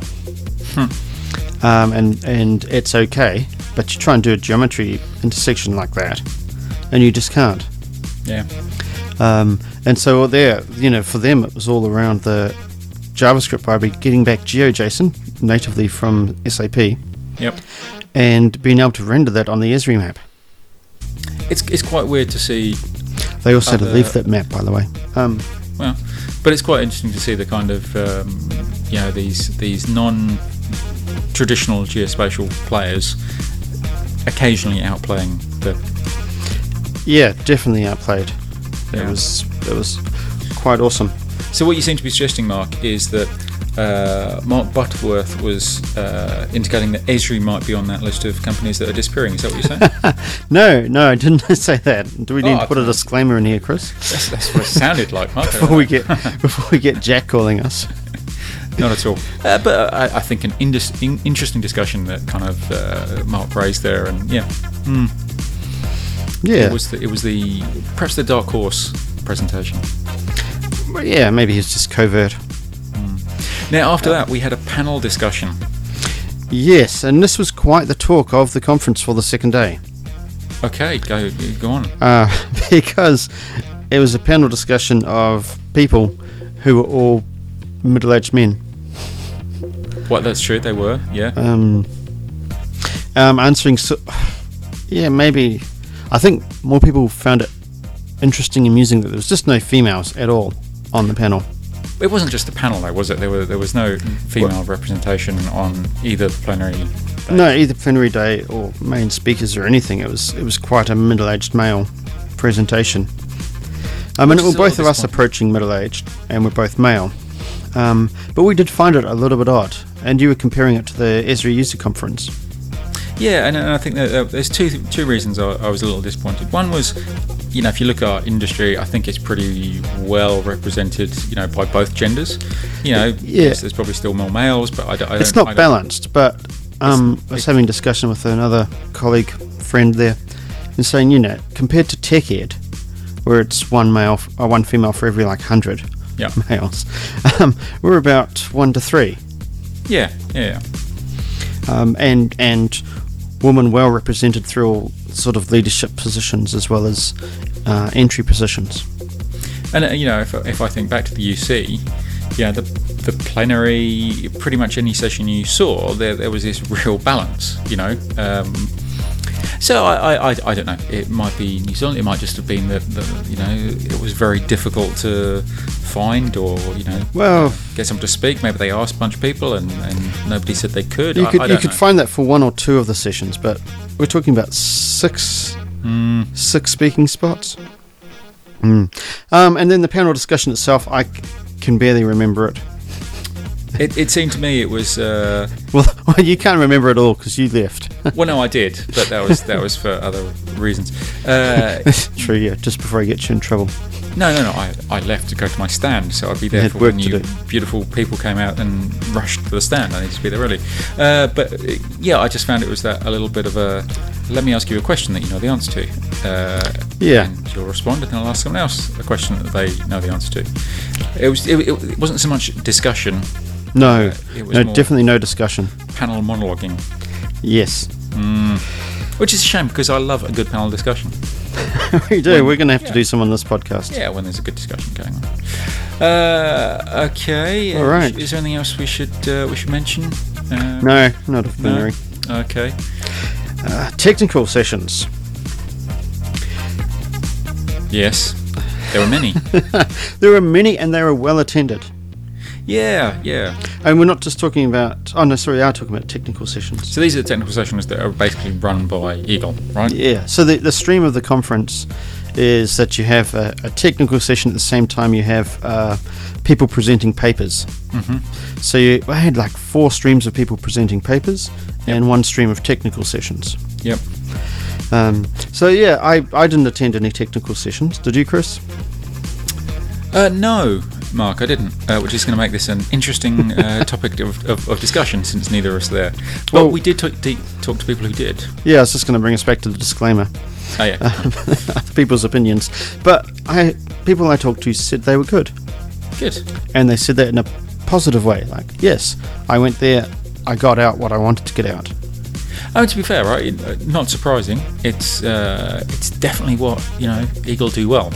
[SPEAKER 2] Um, and, and it's okay, but you try and do a geometry intersection like that, and you just can't.
[SPEAKER 3] Yeah.
[SPEAKER 2] Um, and so there, you know, for them, it was all around the JavaScript library, getting back GeoJSON natively from SAP,
[SPEAKER 3] Yep.
[SPEAKER 2] and being able to render that on the Esri map.
[SPEAKER 3] It's it's quite weird to see
[SPEAKER 2] They also had a
[SPEAKER 3] Other-
[SPEAKER 2] leaflet map, by the way. Um,
[SPEAKER 3] Well, but it's quite interesting to see the kind of um, you know these these non-traditional geospatial players occasionally outplaying the
[SPEAKER 2] Yeah, definitely outplayed. It
[SPEAKER 3] Yeah.
[SPEAKER 2] was it was quite awesome.
[SPEAKER 3] So what you seem to be suggesting, Mark, is that uh, Mark Butterworth was uh, indicating that Esri might be on that list of companies that are disappearing. Is that what you're saying?
[SPEAKER 2] No, no, I didn't say that. Do we need
[SPEAKER 3] Oh,
[SPEAKER 2] to put a disclaimer in here, Chris?
[SPEAKER 3] that's, that's what it sounded like, Mark. I don't
[SPEAKER 2] Before we
[SPEAKER 3] know.
[SPEAKER 2] get before we get Jack calling us.
[SPEAKER 3] Not at all. Uh, but I, I think an indus- in- interesting discussion that kind of uh, Mark raised there, and yeah,
[SPEAKER 2] Yeah,
[SPEAKER 3] it was the, it was the perhaps the dark horse presentation.
[SPEAKER 2] yeah, maybe he's just covert.
[SPEAKER 3] Now, after that, we had a panel discussion.
[SPEAKER 2] Yes, and this was quite the talk of the conference for the second day,
[SPEAKER 3] Okay, go go on.
[SPEAKER 2] uh, because it was a panel discussion of people who were all middle-aged men.
[SPEAKER 3] What? That's true. They were. Yeah.
[SPEAKER 2] um, um, answering. So, yeah, maybe. I think more people found it interesting and amusing that there was just no females at all on the panel.
[SPEAKER 3] It wasn't just the panel, though, was it? There were there was no female representation on either plenary.
[SPEAKER 2] No, either plenary day or main speakers or anything. It was it was quite a middle-aged male presentation. Um, I mean,
[SPEAKER 3] Which
[SPEAKER 2] well,
[SPEAKER 3] is a little
[SPEAKER 2] both of us
[SPEAKER 3] disappointing.
[SPEAKER 2] approaching middle-aged, and we're both male. Um, but we did find it a little bit odd. And you were comparing it to the Esri User Conference.
[SPEAKER 3] Yeah, and, and I think that, uh, there's two two reasons I, I was a little disappointed. One was you know, if you look at our industry, I think it's pretty well represented, you know, by both genders. You know, yes, there's probably still more males, but I, d- I don't.
[SPEAKER 2] It's
[SPEAKER 3] Uh, I
[SPEAKER 2] not
[SPEAKER 3] don't-
[SPEAKER 2] balanced, but um, I was having a discussion with another colleague, friend there, and saying, you know, compared to tech ed, where it's one male, f- uh, one female for every like hundred
[SPEAKER 3] Yeah.
[SPEAKER 2] males, um, we're about one to three,
[SPEAKER 3] Yeah, yeah,
[SPEAKER 2] um, and and women well represented through all sort of leadership positions as well as uh, entry positions.
[SPEAKER 3] and uh, you know, if, if I think back to the UC, yeah, the the plenary, pretty much any session you saw, there there was this real balance, you know. Um, so I, I, I, I don't know. It might be New Zealand. It might just have been that that, you know it was very difficult to find or you know
[SPEAKER 2] Well,
[SPEAKER 3] get someone to speak. Maybe they asked a bunch of people and, and nobody said they could.
[SPEAKER 2] you
[SPEAKER 3] I,
[SPEAKER 2] could
[SPEAKER 3] I
[SPEAKER 2] you
[SPEAKER 3] don't
[SPEAKER 2] could
[SPEAKER 3] know.
[SPEAKER 2] find that for one or two of the sessions, but we're talking about six
[SPEAKER 3] Hmm.
[SPEAKER 2] six speaking spots. Mm. Um, and then the panel discussion itself, I c- can barely remember it.
[SPEAKER 3] It, it seemed to me it was. Uh,
[SPEAKER 2] Well, you can't remember it all because you left.
[SPEAKER 3] well, no, I did, but that was that was for other reasons. Uh,
[SPEAKER 2] True, yeah. Just before I get you in trouble.
[SPEAKER 3] no, no, no. I, I left to go to my stand, so I'd be there
[SPEAKER 2] had
[SPEAKER 3] for when
[SPEAKER 2] work to
[SPEAKER 3] you
[SPEAKER 2] do.
[SPEAKER 3] beautiful people came out and rushed to the stand. I needed to be there early. Uh, but uh, yeah, I just found it was that a little bit of a. Let me ask you a question that you know the answer to. Uh,
[SPEAKER 2] Yeah.
[SPEAKER 3] And you'll respond, and then I'll ask someone else a question that they know the answer to. It was. It, it wasn't so much discussion,
[SPEAKER 2] No,
[SPEAKER 3] it was
[SPEAKER 2] no,
[SPEAKER 3] more-
[SPEAKER 2] definitely no discussion.
[SPEAKER 3] panel monologuing.
[SPEAKER 2] Yes,
[SPEAKER 3] Which is a shame because I love a good panel discussion.
[SPEAKER 2] we do. We're going to have
[SPEAKER 3] yeah.
[SPEAKER 2] to do some on this podcast.
[SPEAKER 3] Yeah, when there's a good discussion going on. Uh, okay.
[SPEAKER 2] All right.
[SPEAKER 3] Is there anything else we should uh, we should mention? Uh,
[SPEAKER 2] No, not a plenary.
[SPEAKER 3] Okay.
[SPEAKER 2] Uh, technical sessions.
[SPEAKER 3] Yes. There were many.
[SPEAKER 2] There are many, and they were well attended.
[SPEAKER 3] yeah, yeah.
[SPEAKER 2] And we're not just talking about. Oh no, sorry, we are talking about technical sessions.
[SPEAKER 3] So these are the technical sessions that are basically run by Eagle, right?
[SPEAKER 2] Yeah. So the, the stream of the conference is that you have a, a technical session at the same time you have uh, people presenting papers. Mm-hmm. So you, I had like four streams of people presenting papers and one stream of technical sessions.
[SPEAKER 3] Yep.
[SPEAKER 2] Um, so yeah, I, I didn't attend any technical sessions. Did you, Chris?
[SPEAKER 3] Uh, no, Mark, I didn't. Uh, which is going to make this an interesting uh, topic of, of, of discussion since neither of us there. But
[SPEAKER 2] Well-
[SPEAKER 3] we did talk, de- talk to people who did.
[SPEAKER 2] Yeah, I was just going to bring us back to the disclaimer,
[SPEAKER 3] Oh yeah.
[SPEAKER 2] Uh-huh. people's opinions. But I people I talked to said they were good.
[SPEAKER 3] Good.
[SPEAKER 2] and they said that in a positive way like yes i went there i got out what i wanted to get out
[SPEAKER 3] I mean, to be fair, right? it- uh, Not surprising. It's uh, it's definitely what you know Eagle do well.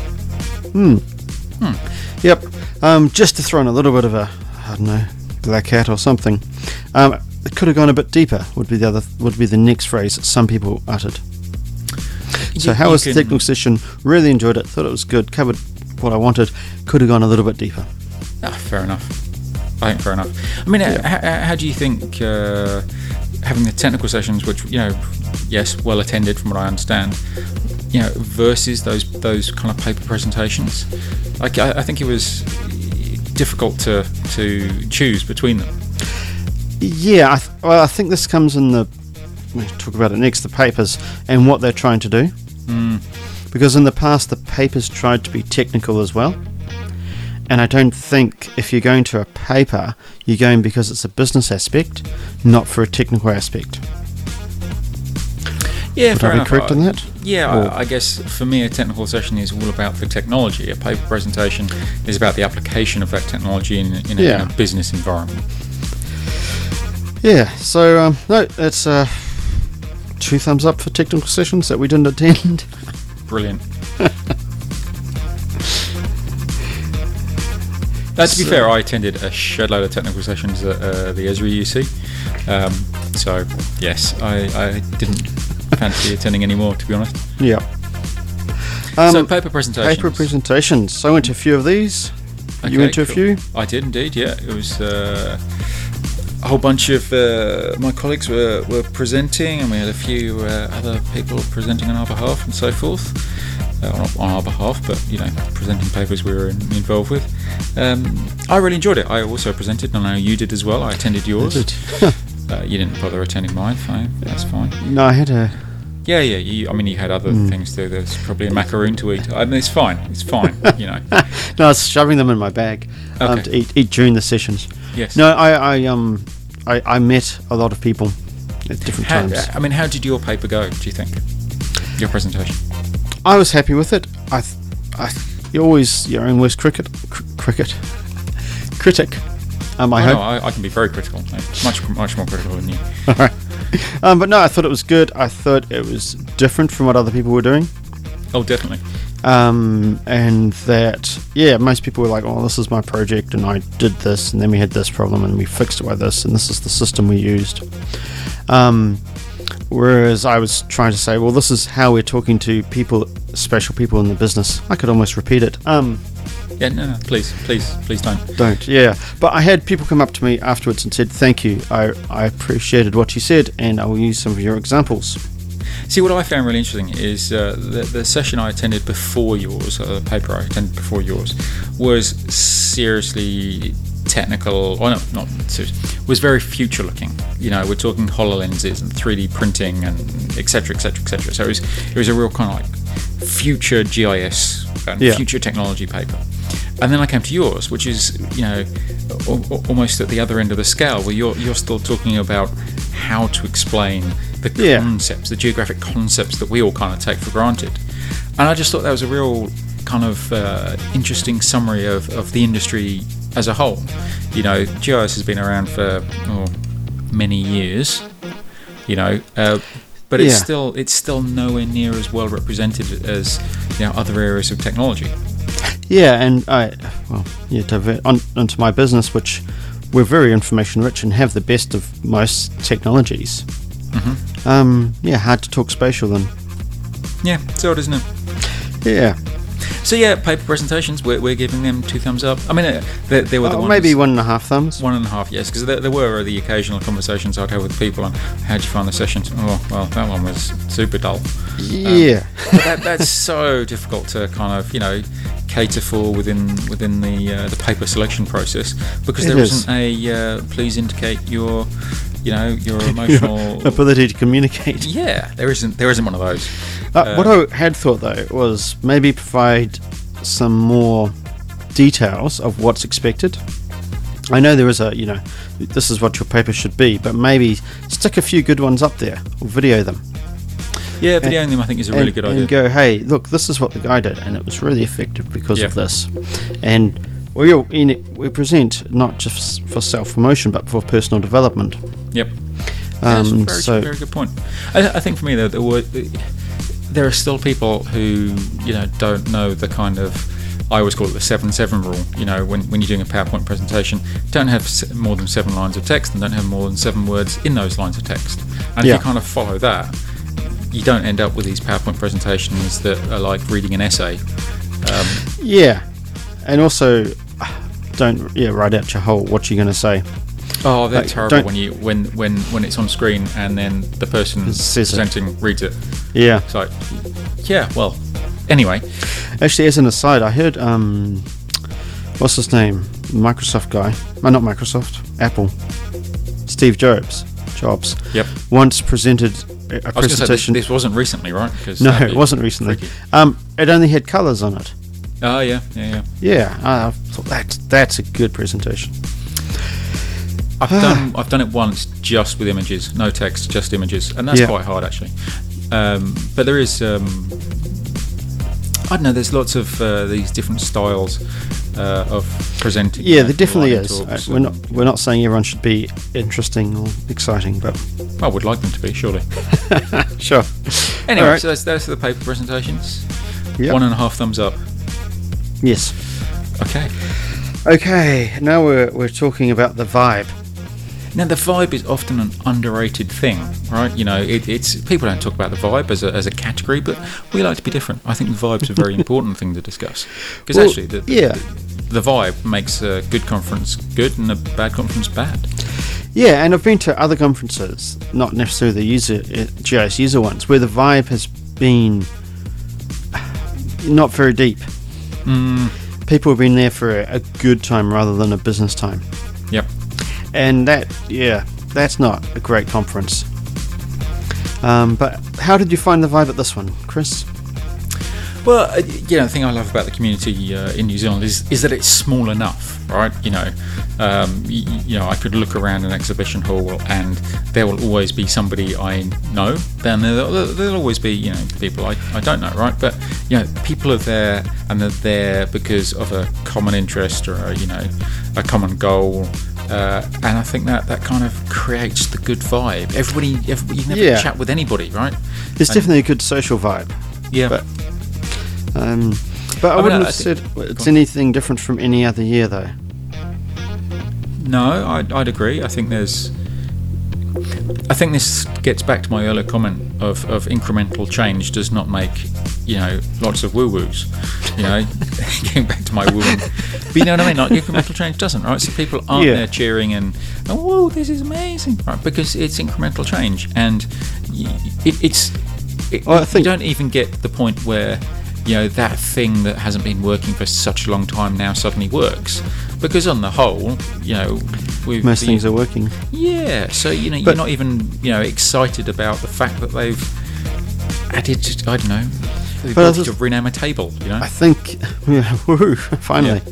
[SPEAKER 2] yep um, just to throw in a little bit of a i don't know black hat or something um, it could have gone a bit deeper would be the other would be the next phrase that some people uttered so
[SPEAKER 3] You-
[SPEAKER 2] how
[SPEAKER 3] you
[SPEAKER 2] was the
[SPEAKER 3] can-
[SPEAKER 2] technical session really enjoyed it thought it was good covered what i wanted could have gone a little bit deeper
[SPEAKER 3] Ah, fair enough. I think fair enough. I mean, uh how, how do you think uh, having the technical sessions, which you know, yes, well attended from what I understand, you know, versus those those kind of paper presentations? Like, I, I think it was difficult to to choose between them.
[SPEAKER 2] yeah I th- well i think this comes in the we talk about it next the papers and what they're trying to do
[SPEAKER 3] Hmm.
[SPEAKER 2] because in the past the papers tried to be technical as well and i don't think if you're going to a paper you're going because it's a business aspect not for a technical aspect
[SPEAKER 3] Yeah,
[SPEAKER 2] would
[SPEAKER 3] fair
[SPEAKER 2] i be
[SPEAKER 3] enough.
[SPEAKER 2] correct
[SPEAKER 3] I-
[SPEAKER 2] in that
[SPEAKER 3] Yeah,
[SPEAKER 2] Or-
[SPEAKER 3] I I guess for me, a technical session is all about the technology. A paper presentation is about the application of that technology in, in, a,
[SPEAKER 2] Yeah.
[SPEAKER 3] in a business environment.
[SPEAKER 2] yeah so um, no it's uh, two thumbs up for technical sessions that we didn't attend
[SPEAKER 3] Brilliant. Uh, Now, to be fair, I attended a shed load of technical sessions at uh, the Esri UC. Um, so, yes, I, I didn't fancy attending anymore, to be honest.
[SPEAKER 2] yeah um,
[SPEAKER 3] so, paper presentations.
[SPEAKER 2] paper presentations so i went to a few of these you
[SPEAKER 3] Okay,
[SPEAKER 2] went to
[SPEAKER 3] cool.
[SPEAKER 2] a few
[SPEAKER 3] I did indeed. Yeah, it was uh, a whole bunch of uh, my colleagues were, were presenting, and we had a few uh, other people presenting on our behalf and so forth. Uh, not on our behalf, but you know, presenting papers we were in, involved with. Um, I really enjoyed it. I also presented, and I know you did as well. I attended yours.
[SPEAKER 2] did.
[SPEAKER 3] uh, you didn't bother attending mine, fine. That's fine.
[SPEAKER 2] No, I had a
[SPEAKER 3] Yeah, yeah. You, I mean, you had other
[SPEAKER 2] Mm.
[SPEAKER 3] things too. There's probably a macaroon to eat. I mean, it's fine. It's fine. you know.
[SPEAKER 2] No, I was shoving them in my bag um,
[SPEAKER 3] Okay.
[SPEAKER 2] to eat, eat during the sessions.
[SPEAKER 3] Yes.
[SPEAKER 2] No, I, I um, I, I met a lot of people at different
[SPEAKER 3] How,
[SPEAKER 2] times.
[SPEAKER 3] I mean, how did your paper go? Do you think your presentation?
[SPEAKER 2] I was happy with it. I, th- I, th- you're always your own worst cricket, cr- cricket, critic. Um, I
[SPEAKER 3] Oh,
[SPEAKER 2] hope.
[SPEAKER 3] no, I, I can be very critical. mate. Much, much more critical than you.
[SPEAKER 2] Um, but no, I thought it was good. I thought it was different from what other people were doing.
[SPEAKER 3] Oh, definitely.
[SPEAKER 2] um, and that yeah, most people were like, "Oh, this is my project, and I did this, and then we had this problem, and we fixed it by this, and this is the system we used." Um, whereas I was trying to say, "Well, this is how we're talking to people, special people in the business." I could almost repeat it. Um,
[SPEAKER 3] Yeah. No, no. Please, please, please don't.
[SPEAKER 2] don't yeah, but I had people come up to me afterwards and said, "Thank you, I I appreciated what you said, and I will use some of your examples."
[SPEAKER 3] See, what I found really interesting is uh, the, the session I attended before yours, uh, the paper I attended before yours, was seriously technical. Or no, not serious. Was very future looking. You know, we're talking hololenses and 3D printing and etc. etc. etc. So it was it was a real kind of like future GIS and
[SPEAKER 2] Yeah.
[SPEAKER 3] future technology paper. And then I came to yours, which is you know al- al- almost at the other end of the scale, where you're you're still talking about how to explain the
[SPEAKER 2] Yeah.
[SPEAKER 3] concepts, the geographic concepts that we all kind of take for granted. And I just thought that was a real kind of uh, interesting summary of, of the industry as a whole. You know, GIS has been around for oh, many years. You know, uh, but it's
[SPEAKER 2] Yeah.
[SPEAKER 3] still it's still nowhere near as well represented as you know other areas of technology.
[SPEAKER 2] Yeah, and I, well, yeah, divert on, onto my business, which we're very information rich and have the best of most technologies.
[SPEAKER 3] Mm-hmm.
[SPEAKER 2] Um, yeah, hard to talk spatial then.
[SPEAKER 3] Yeah, so it isn't it.
[SPEAKER 2] Yeah,
[SPEAKER 3] So yeah, paper presentations. We're, we're giving them two thumbs up. I mean, uh, there, there were the
[SPEAKER 2] Oh,
[SPEAKER 3] ones,
[SPEAKER 2] maybe one and a half thumbs.
[SPEAKER 3] one and a half yes, because there, there were the occasional conversations I'd have with people on how'd you find the sessions. Oh well, that one was super dull.
[SPEAKER 2] Yeah,
[SPEAKER 3] But that, that's so difficult to kind of you know cater for within within the uh, the paper selection process because
[SPEAKER 2] It
[SPEAKER 3] there
[SPEAKER 2] is.
[SPEAKER 3] not a uh, please indicate your you know your emotional.
[SPEAKER 2] ability to communicate.
[SPEAKER 3] yeah, there isn't there isn't one of those.
[SPEAKER 2] Uh, what I had thought though was maybe provide some more details of what's expected. I know there is a, you know, this is what your paper should be, but maybe stick a few good ones up there or video them.
[SPEAKER 3] Yeah, videoing them I think is a really
[SPEAKER 2] and,
[SPEAKER 3] good
[SPEAKER 2] and
[SPEAKER 3] idea.
[SPEAKER 2] go, hey, look, this is what the guy did, and it was really effective because of
[SPEAKER 3] Yeah.
[SPEAKER 2] this. And we all in it, we present not just for self promotion, but for personal development.
[SPEAKER 3] Yep. Yeah, that's a
[SPEAKER 2] Um,
[SPEAKER 3] very,
[SPEAKER 2] so
[SPEAKER 3] very good point. I, I think for me though, there were there are still people who you know don't know the kind of I always call it the seven seven rule. You know, when, when you're doing a PowerPoint presentation, don't have se- more than seven lines of text, and don't have more than seven words in those lines of text. And
[SPEAKER 2] Yeah.
[SPEAKER 3] if you kind of follow that, you don't end up with these PowerPoint presentations that are like reading an essay.
[SPEAKER 2] yeah, and also don't yeah write out your whole what you're going to say.
[SPEAKER 3] Oh, they're
[SPEAKER 2] Like,
[SPEAKER 3] terrible
[SPEAKER 2] don't-
[SPEAKER 3] when you when when when it's on screen and then the person
[SPEAKER 2] Says it.
[SPEAKER 3] presenting reads it.
[SPEAKER 2] Yeah,
[SPEAKER 3] It's like, yeah, well, anyway.
[SPEAKER 2] actually, as an aside, I heard um, what's his name, Microsoft guy? Oh, not Microsoft, Apple, Steve Jobs. Jobs.
[SPEAKER 3] Yep.
[SPEAKER 2] Once presented a a
[SPEAKER 3] I was going to say this,
[SPEAKER 2] presentation.
[SPEAKER 3] this wasn't recently, right? 'Cause uh,
[SPEAKER 2] No,
[SPEAKER 3] that'd
[SPEAKER 2] it
[SPEAKER 3] be
[SPEAKER 2] wasn't recently.
[SPEAKER 3] freaky.
[SPEAKER 2] Um, it only had colours on it.
[SPEAKER 3] Oh yeah, yeah, yeah.
[SPEAKER 2] Yeah, I thought that that's a good presentation. Ah.
[SPEAKER 3] I've done I've done it once, just with images, no text, just images, and that's
[SPEAKER 2] Yeah.
[SPEAKER 3] quite hard actually. Um, but there is, um, I don't know. There's lots of uh, these different styles uh, of presenting.
[SPEAKER 2] Yeah,
[SPEAKER 3] you know,
[SPEAKER 2] there definitely
[SPEAKER 3] lighting
[SPEAKER 2] is.
[SPEAKER 3] talks
[SPEAKER 2] Uh, We're not
[SPEAKER 3] and-
[SPEAKER 2] we're not saying everyone should be interesting or exciting, but
[SPEAKER 3] I would like them to be, surely.
[SPEAKER 2] sure.
[SPEAKER 3] Anyway,
[SPEAKER 2] Alright.
[SPEAKER 3] so that's, that's the paper presentations.
[SPEAKER 2] Yep.
[SPEAKER 3] One and a half thumbs up.
[SPEAKER 2] Yes.
[SPEAKER 3] Okay.
[SPEAKER 2] Okay, now we're we're talking about the vibe.
[SPEAKER 3] Now the vibe is often an underrated thing, right? You know, it, it's people don't talk about the vibe as a, as a category, but we like to be different. I think the vibe's a very important thing to discuss because
[SPEAKER 2] Well,
[SPEAKER 3] actually, the, the-
[SPEAKER 2] yeah.
[SPEAKER 3] the vibe makes a good conference good and a bad conference bad.
[SPEAKER 2] Yeah, and I've been to other conferences, not necessarily the user uh, GIS user ones, where the vibe has been not very deep.
[SPEAKER 3] Hmm.
[SPEAKER 2] People have been there for a, a good time rather than a business time.
[SPEAKER 3] Yep.
[SPEAKER 2] and that yeah that's not a great conference Um, but how did you find the vibe at this one, Chris?
[SPEAKER 3] Well, uh, you know, the thing I love about the community uh, in New Zealand is, is that it's small enough, right? You know, um, y- you know, I could look around an exhibition hall and there will always be somebody I know. Then there'll, there'll always be, you know, people I, I don't know, right? But, you know, people are there and they're there because of a common interest or, a, you know, a common goal. Uh, and I think that, that kind of creates the good vibe. Everybody, everybody you can have
[SPEAKER 2] Yeah.
[SPEAKER 3] a chat with anybody, right?
[SPEAKER 2] There's
[SPEAKER 3] And-
[SPEAKER 2] definitely a good social vibe.
[SPEAKER 3] Yeah.
[SPEAKER 2] but- Um, but I,
[SPEAKER 3] mean,
[SPEAKER 2] wouldn't
[SPEAKER 3] I
[SPEAKER 2] have
[SPEAKER 3] think-
[SPEAKER 2] said it's anything different from any other year, though.
[SPEAKER 3] No, I'd, I'd agree. I think there's. I think this gets back to my earlier comment of, of incremental change does not make, you know, lots of woo woos. You know, getting back to my woo. But you know what I mean? Like incremental change doesn't, right? So people aren't
[SPEAKER 2] Yeah.
[SPEAKER 3] there cheering and, oh, whoa, this is amazing, right? Because it's incremental change and y- it, it's. It,
[SPEAKER 2] Well, I
[SPEAKER 3] you
[SPEAKER 2] think-
[SPEAKER 3] don't even get the point where, you know, that thing that hasn't been working for such a long time now suddenly works. Because on the whole, you know, we've
[SPEAKER 2] Most
[SPEAKER 3] been-
[SPEAKER 2] things are working.
[SPEAKER 3] yeah, so you know,
[SPEAKER 2] But-
[SPEAKER 3] you're not even you know excited about the fact that they've added. I don't know. The
[SPEAKER 2] But I
[SPEAKER 3] ability to
[SPEAKER 2] just-
[SPEAKER 3] rename a table, you know.
[SPEAKER 2] I think, yeah, woo, finally.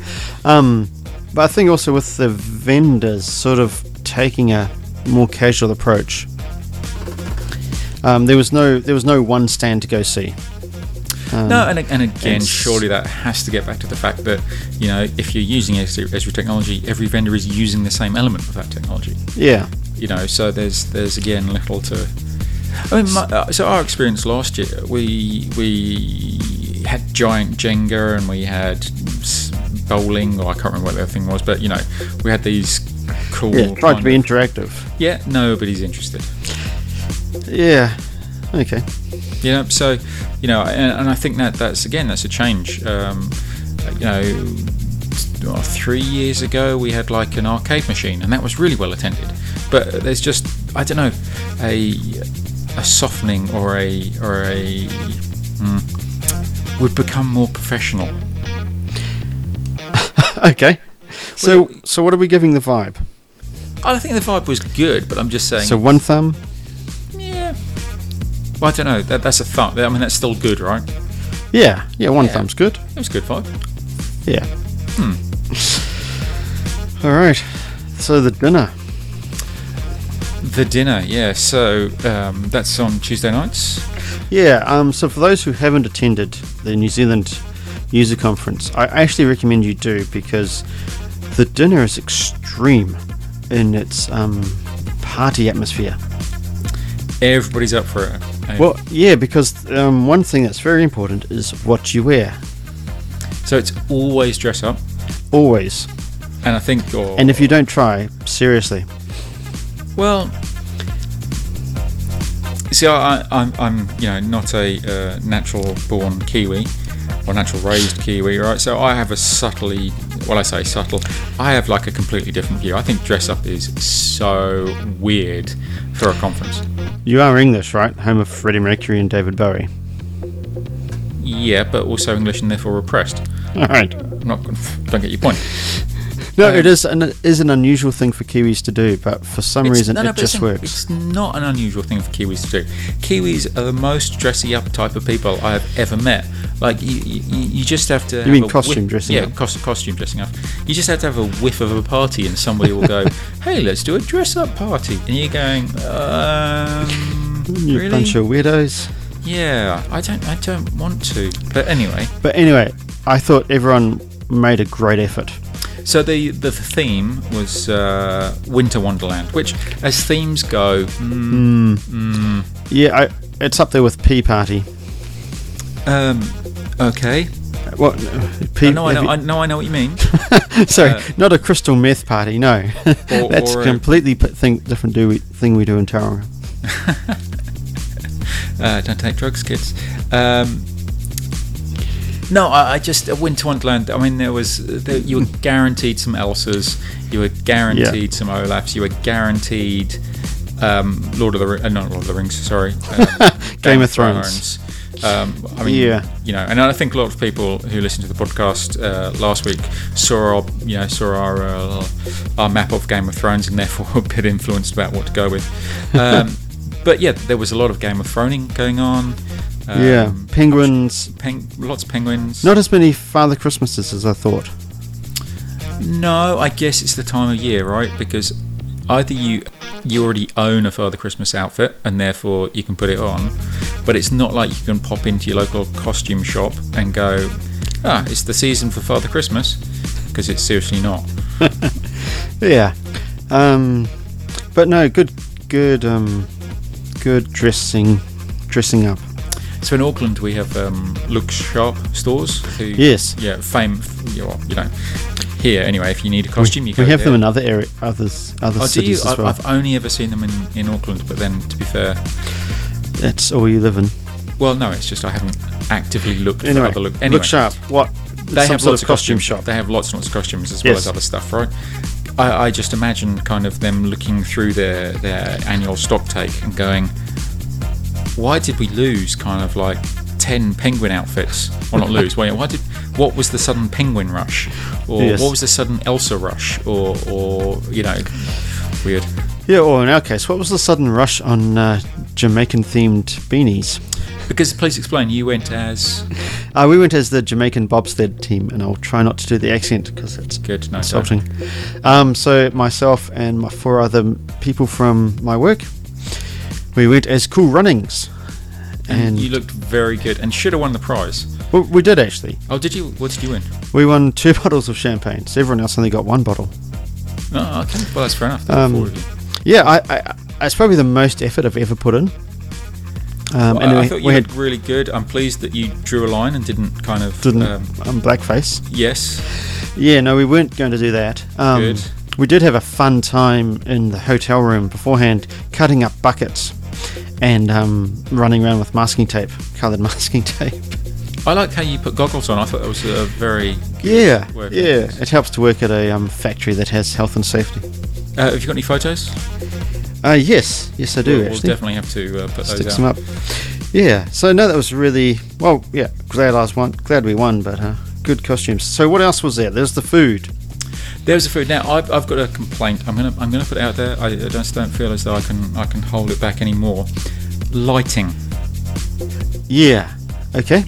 [SPEAKER 2] Um, but I think also with the vendors sort of taking a more casual approach. Um, there was no there was no one stand to go see.
[SPEAKER 3] no, and, and again,
[SPEAKER 2] it's-
[SPEAKER 3] surely that has to get back to the fact that you know if you're using Esri Esri E technology, every vendor is using the same element of that technology.
[SPEAKER 2] Yeah,
[SPEAKER 3] you know so there's there's again little to i mean my, uh, so our experience last year we we had giant jenga and we had s- bowling or i can't remember what the other thing was but you know we had these cool
[SPEAKER 2] yeah. Tried to
[SPEAKER 3] kind
[SPEAKER 2] be
[SPEAKER 3] of-
[SPEAKER 2] interactive.
[SPEAKER 3] yeah nobody's interested
[SPEAKER 2] Yeah. Okay.
[SPEAKER 3] you know so you know and, and i think that that's again that's a change um you know t- oh, three years ago we had like an arcade machine and that was really well attended but there's just i don't know a a softening or a or a mm, we've become more professional
[SPEAKER 2] Okay. So so what are we giving the vibe?
[SPEAKER 3] i think the vibe was good but i'm just saying
[SPEAKER 2] So one thumb.
[SPEAKER 3] yeah well, I don't know. That, that's a thumb. I mean, that's still good, right?
[SPEAKER 2] Yeah. Yeah. One
[SPEAKER 3] Yeah.
[SPEAKER 2] thumb's good.
[SPEAKER 3] It was a good vibe.
[SPEAKER 2] Yeah. All right. So the dinner.
[SPEAKER 3] The dinner, yeah. So um, that's on Tuesday nights.
[SPEAKER 2] Yeah, um, so for those who haven't attended the New Zealand User Conference, I actually recommend you do because the dinner is extreme in its um, party atmosphere.
[SPEAKER 3] Everybody's up for it. Uh,
[SPEAKER 2] Well, yeah, because um, one thing that's very important is what you wear,
[SPEAKER 3] so it's always dress up,
[SPEAKER 2] always.
[SPEAKER 3] and I think. Or,
[SPEAKER 2] And if you don't try, seriously.
[SPEAKER 3] well, see, I, I- I'm, I'm, you know, not a uh, natural born Kiwi or natural raised Kiwi, right? So I have a subtly, well, I say subtle. I have like a completely different view. I think dress up is so weird for a conference.
[SPEAKER 2] You are English, right? Home of Freddie Mercury and David Bowie.
[SPEAKER 3] Yeah, but also English and therefore repressed.
[SPEAKER 2] All right.
[SPEAKER 3] I'm not. Don't get your point.
[SPEAKER 2] No,
[SPEAKER 3] Um,
[SPEAKER 2] it is an, it is an unusual thing for Kiwis to do, but for some
[SPEAKER 3] It's-
[SPEAKER 2] reason
[SPEAKER 3] no, no,
[SPEAKER 2] it
[SPEAKER 3] but it's
[SPEAKER 2] just
[SPEAKER 3] an-
[SPEAKER 2] works.
[SPEAKER 3] It's not an unusual thing for Kiwis to do. Kiwis are the most dressy up type of people I have ever met. Like you, you, you just have to. You have
[SPEAKER 2] mean
[SPEAKER 3] a
[SPEAKER 2] costume
[SPEAKER 3] whiff-
[SPEAKER 2] dressing
[SPEAKER 3] yeah,
[SPEAKER 2] up?
[SPEAKER 3] cost, costume dressing up. You just have to have a whiff of a party, and somebody will go, "Hey, let's do a dress up party," and you're going, um,
[SPEAKER 2] You
[SPEAKER 3] "Really?
[SPEAKER 2] bunch of weirdos.
[SPEAKER 3] yeah, I don't, I don't want to." But anyway,
[SPEAKER 2] But anyway, I thought everyone made a great effort.
[SPEAKER 3] So the the theme was uh, Winter Wonderland, which, as themes go, mm,
[SPEAKER 2] Hmm. Yeah, I, it's up there with Pea Party.
[SPEAKER 3] um, okay.
[SPEAKER 2] What? no, Pea,
[SPEAKER 3] I know, I
[SPEAKER 2] have
[SPEAKER 3] know,
[SPEAKER 2] you-
[SPEAKER 3] I know, I know what you mean.
[SPEAKER 2] sorry,
[SPEAKER 3] uh,
[SPEAKER 2] not a crystal meth party. No,
[SPEAKER 3] Or-
[SPEAKER 2] that's
[SPEAKER 3] or a-
[SPEAKER 2] completely p- thing, different do we, thing we do in Tauranga.
[SPEAKER 3] Uh, don't take drugs, kids. Um, no, I, I just uh, Winter Wonderland. I mean, there was there, you were guaranteed some Elsas, you were guaranteed some Olafs, you were guaranteed um, Lord of the Ri- uh, not Lord of the Rings, sorry, um,
[SPEAKER 2] Game of Thrones.
[SPEAKER 3] Thrones. Um, I mean,
[SPEAKER 2] Yeah.
[SPEAKER 3] you know, and I think a lot of people who listened to the podcast uh, last week saw our, you know, saw our uh, our map of Game of Thrones, and therefore were a bit influenced about what to go with. Um, but yeah, there was a lot of Game of Throning going on. Um,
[SPEAKER 2] yeah, penguins.
[SPEAKER 3] Peng- lots of penguins.
[SPEAKER 2] Not as many Father Christmases as I thought.
[SPEAKER 3] No, I guess it's the time of year, right? Because either you you already own a Father Christmas outfit and therefore you can put it on, but it's not like you can pop into your local costume shop and go, ah, it's the season for Father Christmas, because it's seriously not.
[SPEAKER 2] Yeah, um, but no, good, good, um, good dressing, dressing up.
[SPEAKER 3] So in Auckland we have um, Look Sharp stores. Who,
[SPEAKER 2] Yes.
[SPEAKER 3] Yeah, fame. You know, you know, here anyway. If you need a costume, you go
[SPEAKER 2] We have
[SPEAKER 3] there.
[SPEAKER 2] them in other area, others, other
[SPEAKER 3] Oh, do you?
[SPEAKER 2] cities
[SPEAKER 3] I,
[SPEAKER 2] as well.
[SPEAKER 3] I've only ever seen them in, in Auckland, but then to be fair,
[SPEAKER 2] That's all you live in.
[SPEAKER 3] well, no, it's just I haven't actively looked
[SPEAKER 2] Anyway,
[SPEAKER 3] for other look. Anyway,
[SPEAKER 2] look sharp. What?
[SPEAKER 3] They
[SPEAKER 2] some
[SPEAKER 3] have
[SPEAKER 2] sort
[SPEAKER 3] lots
[SPEAKER 2] of costume
[SPEAKER 3] of costumes.
[SPEAKER 2] shop.
[SPEAKER 3] They have lots and lots of costumes as well
[SPEAKER 2] Yes.
[SPEAKER 3] as other stuff, right? I, I just imagine kind of them looking through their their annual stock take and going, why did we lose kind of like ten penguin outfits? Or not lose? Wait, why did? What was the sudden penguin rush? Or
[SPEAKER 2] Yes.
[SPEAKER 3] what was the sudden Elsa rush? Or or you know, weird.
[SPEAKER 2] Yeah, or in our case, what was the sudden rush on uh, Jamaican themed beanies?
[SPEAKER 3] Because please explain. You went as
[SPEAKER 2] Uh, we went as the Jamaican bobsled team, and I'll try not to do the accent because it's
[SPEAKER 3] good. No, sorry.
[SPEAKER 2] insulting. Um, so myself and my four other people from my work, we went as Cool Runnings,
[SPEAKER 3] And
[SPEAKER 2] and
[SPEAKER 3] you looked very good and should have won the prize.
[SPEAKER 2] well, we did actually.
[SPEAKER 3] Oh, did you? What did you win?
[SPEAKER 2] We won two bottles of champagne. So everyone else only got one bottle.
[SPEAKER 3] Oh, okay. Well, that's fair enough.
[SPEAKER 2] Um,
[SPEAKER 3] Forward.
[SPEAKER 2] Yeah, I, I, I, it's probably the most effort I've ever put in. Um,
[SPEAKER 3] Well,
[SPEAKER 2] and
[SPEAKER 3] I- I
[SPEAKER 2] we,
[SPEAKER 3] thought you
[SPEAKER 2] we had
[SPEAKER 3] looked really good. I'm pleased that you drew a line and didn't kind of.
[SPEAKER 2] didn't
[SPEAKER 3] Um,
[SPEAKER 2] um, blackface.
[SPEAKER 3] yes.
[SPEAKER 2] Yeah, no, we weren't going to do that. Um,
[SPEAKER 3] Good.
[SPEAKER 2] We did have a fun time in the hotel room beforehand, cutting up buckets and um, running around with masking tape, coloured masking tape.
[SPEAKER 3] I like how you put goggles on. I thought that was a very.
[SPEAKER 2] Yeah,
[SPEAKER 3] Work
[SPEAKER 2] yeah.
[SPEAKER 3] ethics.
[SPEAKER 2] It helps to work at a um, factory that has health and safety.
[SPEAKER 3] Uh, have you got any photos?
[SPEAKER 2] Uh, yes, yes, I do
[SPEAKER 3] We'll, we'll
[SPEAKER 2] actually.
[SPEAKER 3] definitely have to uh, put
[SPEAKER 2] Stick
[SPEAKER 3] those
[SPEAKER 2] some
[SPEAKER 3] out.
[SPEAKER 2] up. Yeah. So no, that was really well. Yeah, glad I was one. Glad we won, but uh, good costumes. So what else was there? There's the food.
[SPEAKER 3] There's the food. Now I've, I've got a complaint. I'm gonna I'm gonna put it out there. I, I just don't feel as though I can I can hold it back anymore. Lighting.
[SPEAKER 2] Yeah. Okay.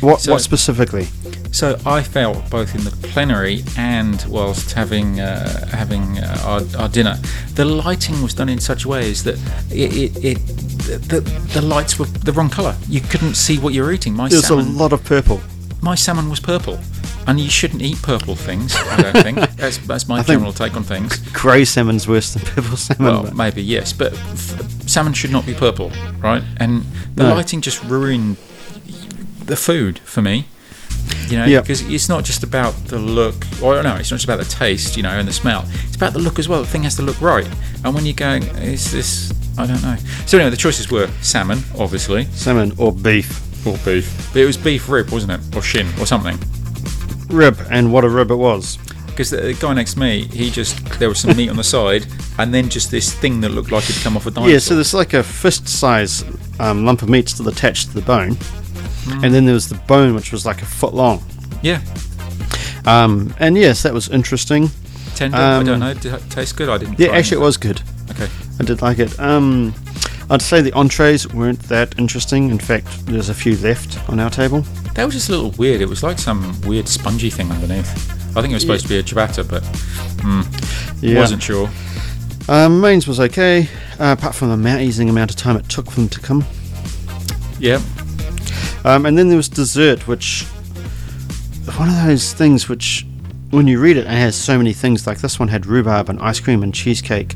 [SPEAKER 2] What
[SPEAKER 3] So-
[SPEAKER 2] what specifically?
[SPEAKER 3] So I felt both in the plenary and whilst having uh, having uh, our, our dinner, the lighting was done in such ways that it, it, it the, the lights were the wrong colour. You couldn't see what you were eating. My
[SPEAKER 2] There's a
[SPEAKER 3] salmon,
[SPEAKER 2] lot of purple.
[SPEAKER 3] my salmon was purple, and you shouldn't eat purple things. I don't think that's that's my
[SPEAKER 2] I think-
[SPEAKER 3] general take on things.
[SPEAKER 2] Grey salmon's worse than purple salmon.
[SPEAKER 3] Well,
[SPEAKER 2] but-
[SPEAKER 3] maybe yes, but f- salmon should not be purple, right? And the
[SPEAKER 2] No.
[SPEAKER 3] lighting just ruined the food for me. You know,
[SPEAKER 2] Yep.
[SPEAKER 3] because it's not just about the look, or no, it's not just about the taste, you know, and the smell. It's about the look as well. The thing has to look right. And when you're going, is this? I don't know. So anyway, the choices were salmon, obviously,
[SPEAKER 2] salmon or beef
[SPEAKER 3] or beef. But it was beef rib, wasn't it, or shin, or something?
[SPEAKER 2] rib, and what a rib it was.
[SPEAKER 3] Because the the guy next to me, he just there was some meat on the side, and then just this thing that looked like it'd come off a dinosaur.
[SPEAKER 2] Yeah, so there's like a fist size um, lump of meat still attached to the bone, and then there was the bone which was like a foot long.
[SPEAKER 3] yeah,
[SPEAKER 2] Um, and yes, that was interesting.
[SPEAKER 3] tender. I
[SPEAKER 2] Um,
[SPEAKER 3] don't know. Did it taste good? I didn't.
[SPEAKER 2] Yeah,
[SPEAKER 3] try
[SPEAKER 2] actually, it
[SPEAKER 3] anything.
[SPEAKER 2] was good.
[SPEAKER 3] Okay.
[SPEAKER 2] I did like it. Um, I'd say the entrees weren't that interesting. In fact, there's a few left on our table.
[SPEAKER 3] That was just a little weird. It was like some weird spongy thing underneath. I think it was supposed to be a ciabatta, but
[SPEAKER 2] Yeah.
[SPEAKER 3] wasn't sure.
[SPEAKER 2] Um, Mains was okay, uh, apart from the amazing amount of time it took for them to come.
[SPEAKER 3] Yeah.
[SPEAKER 2] Um, and then there was dessert, which one of those things which, when you read it, it has so many things. Like this one had rhubarb and ice cream and cheesecake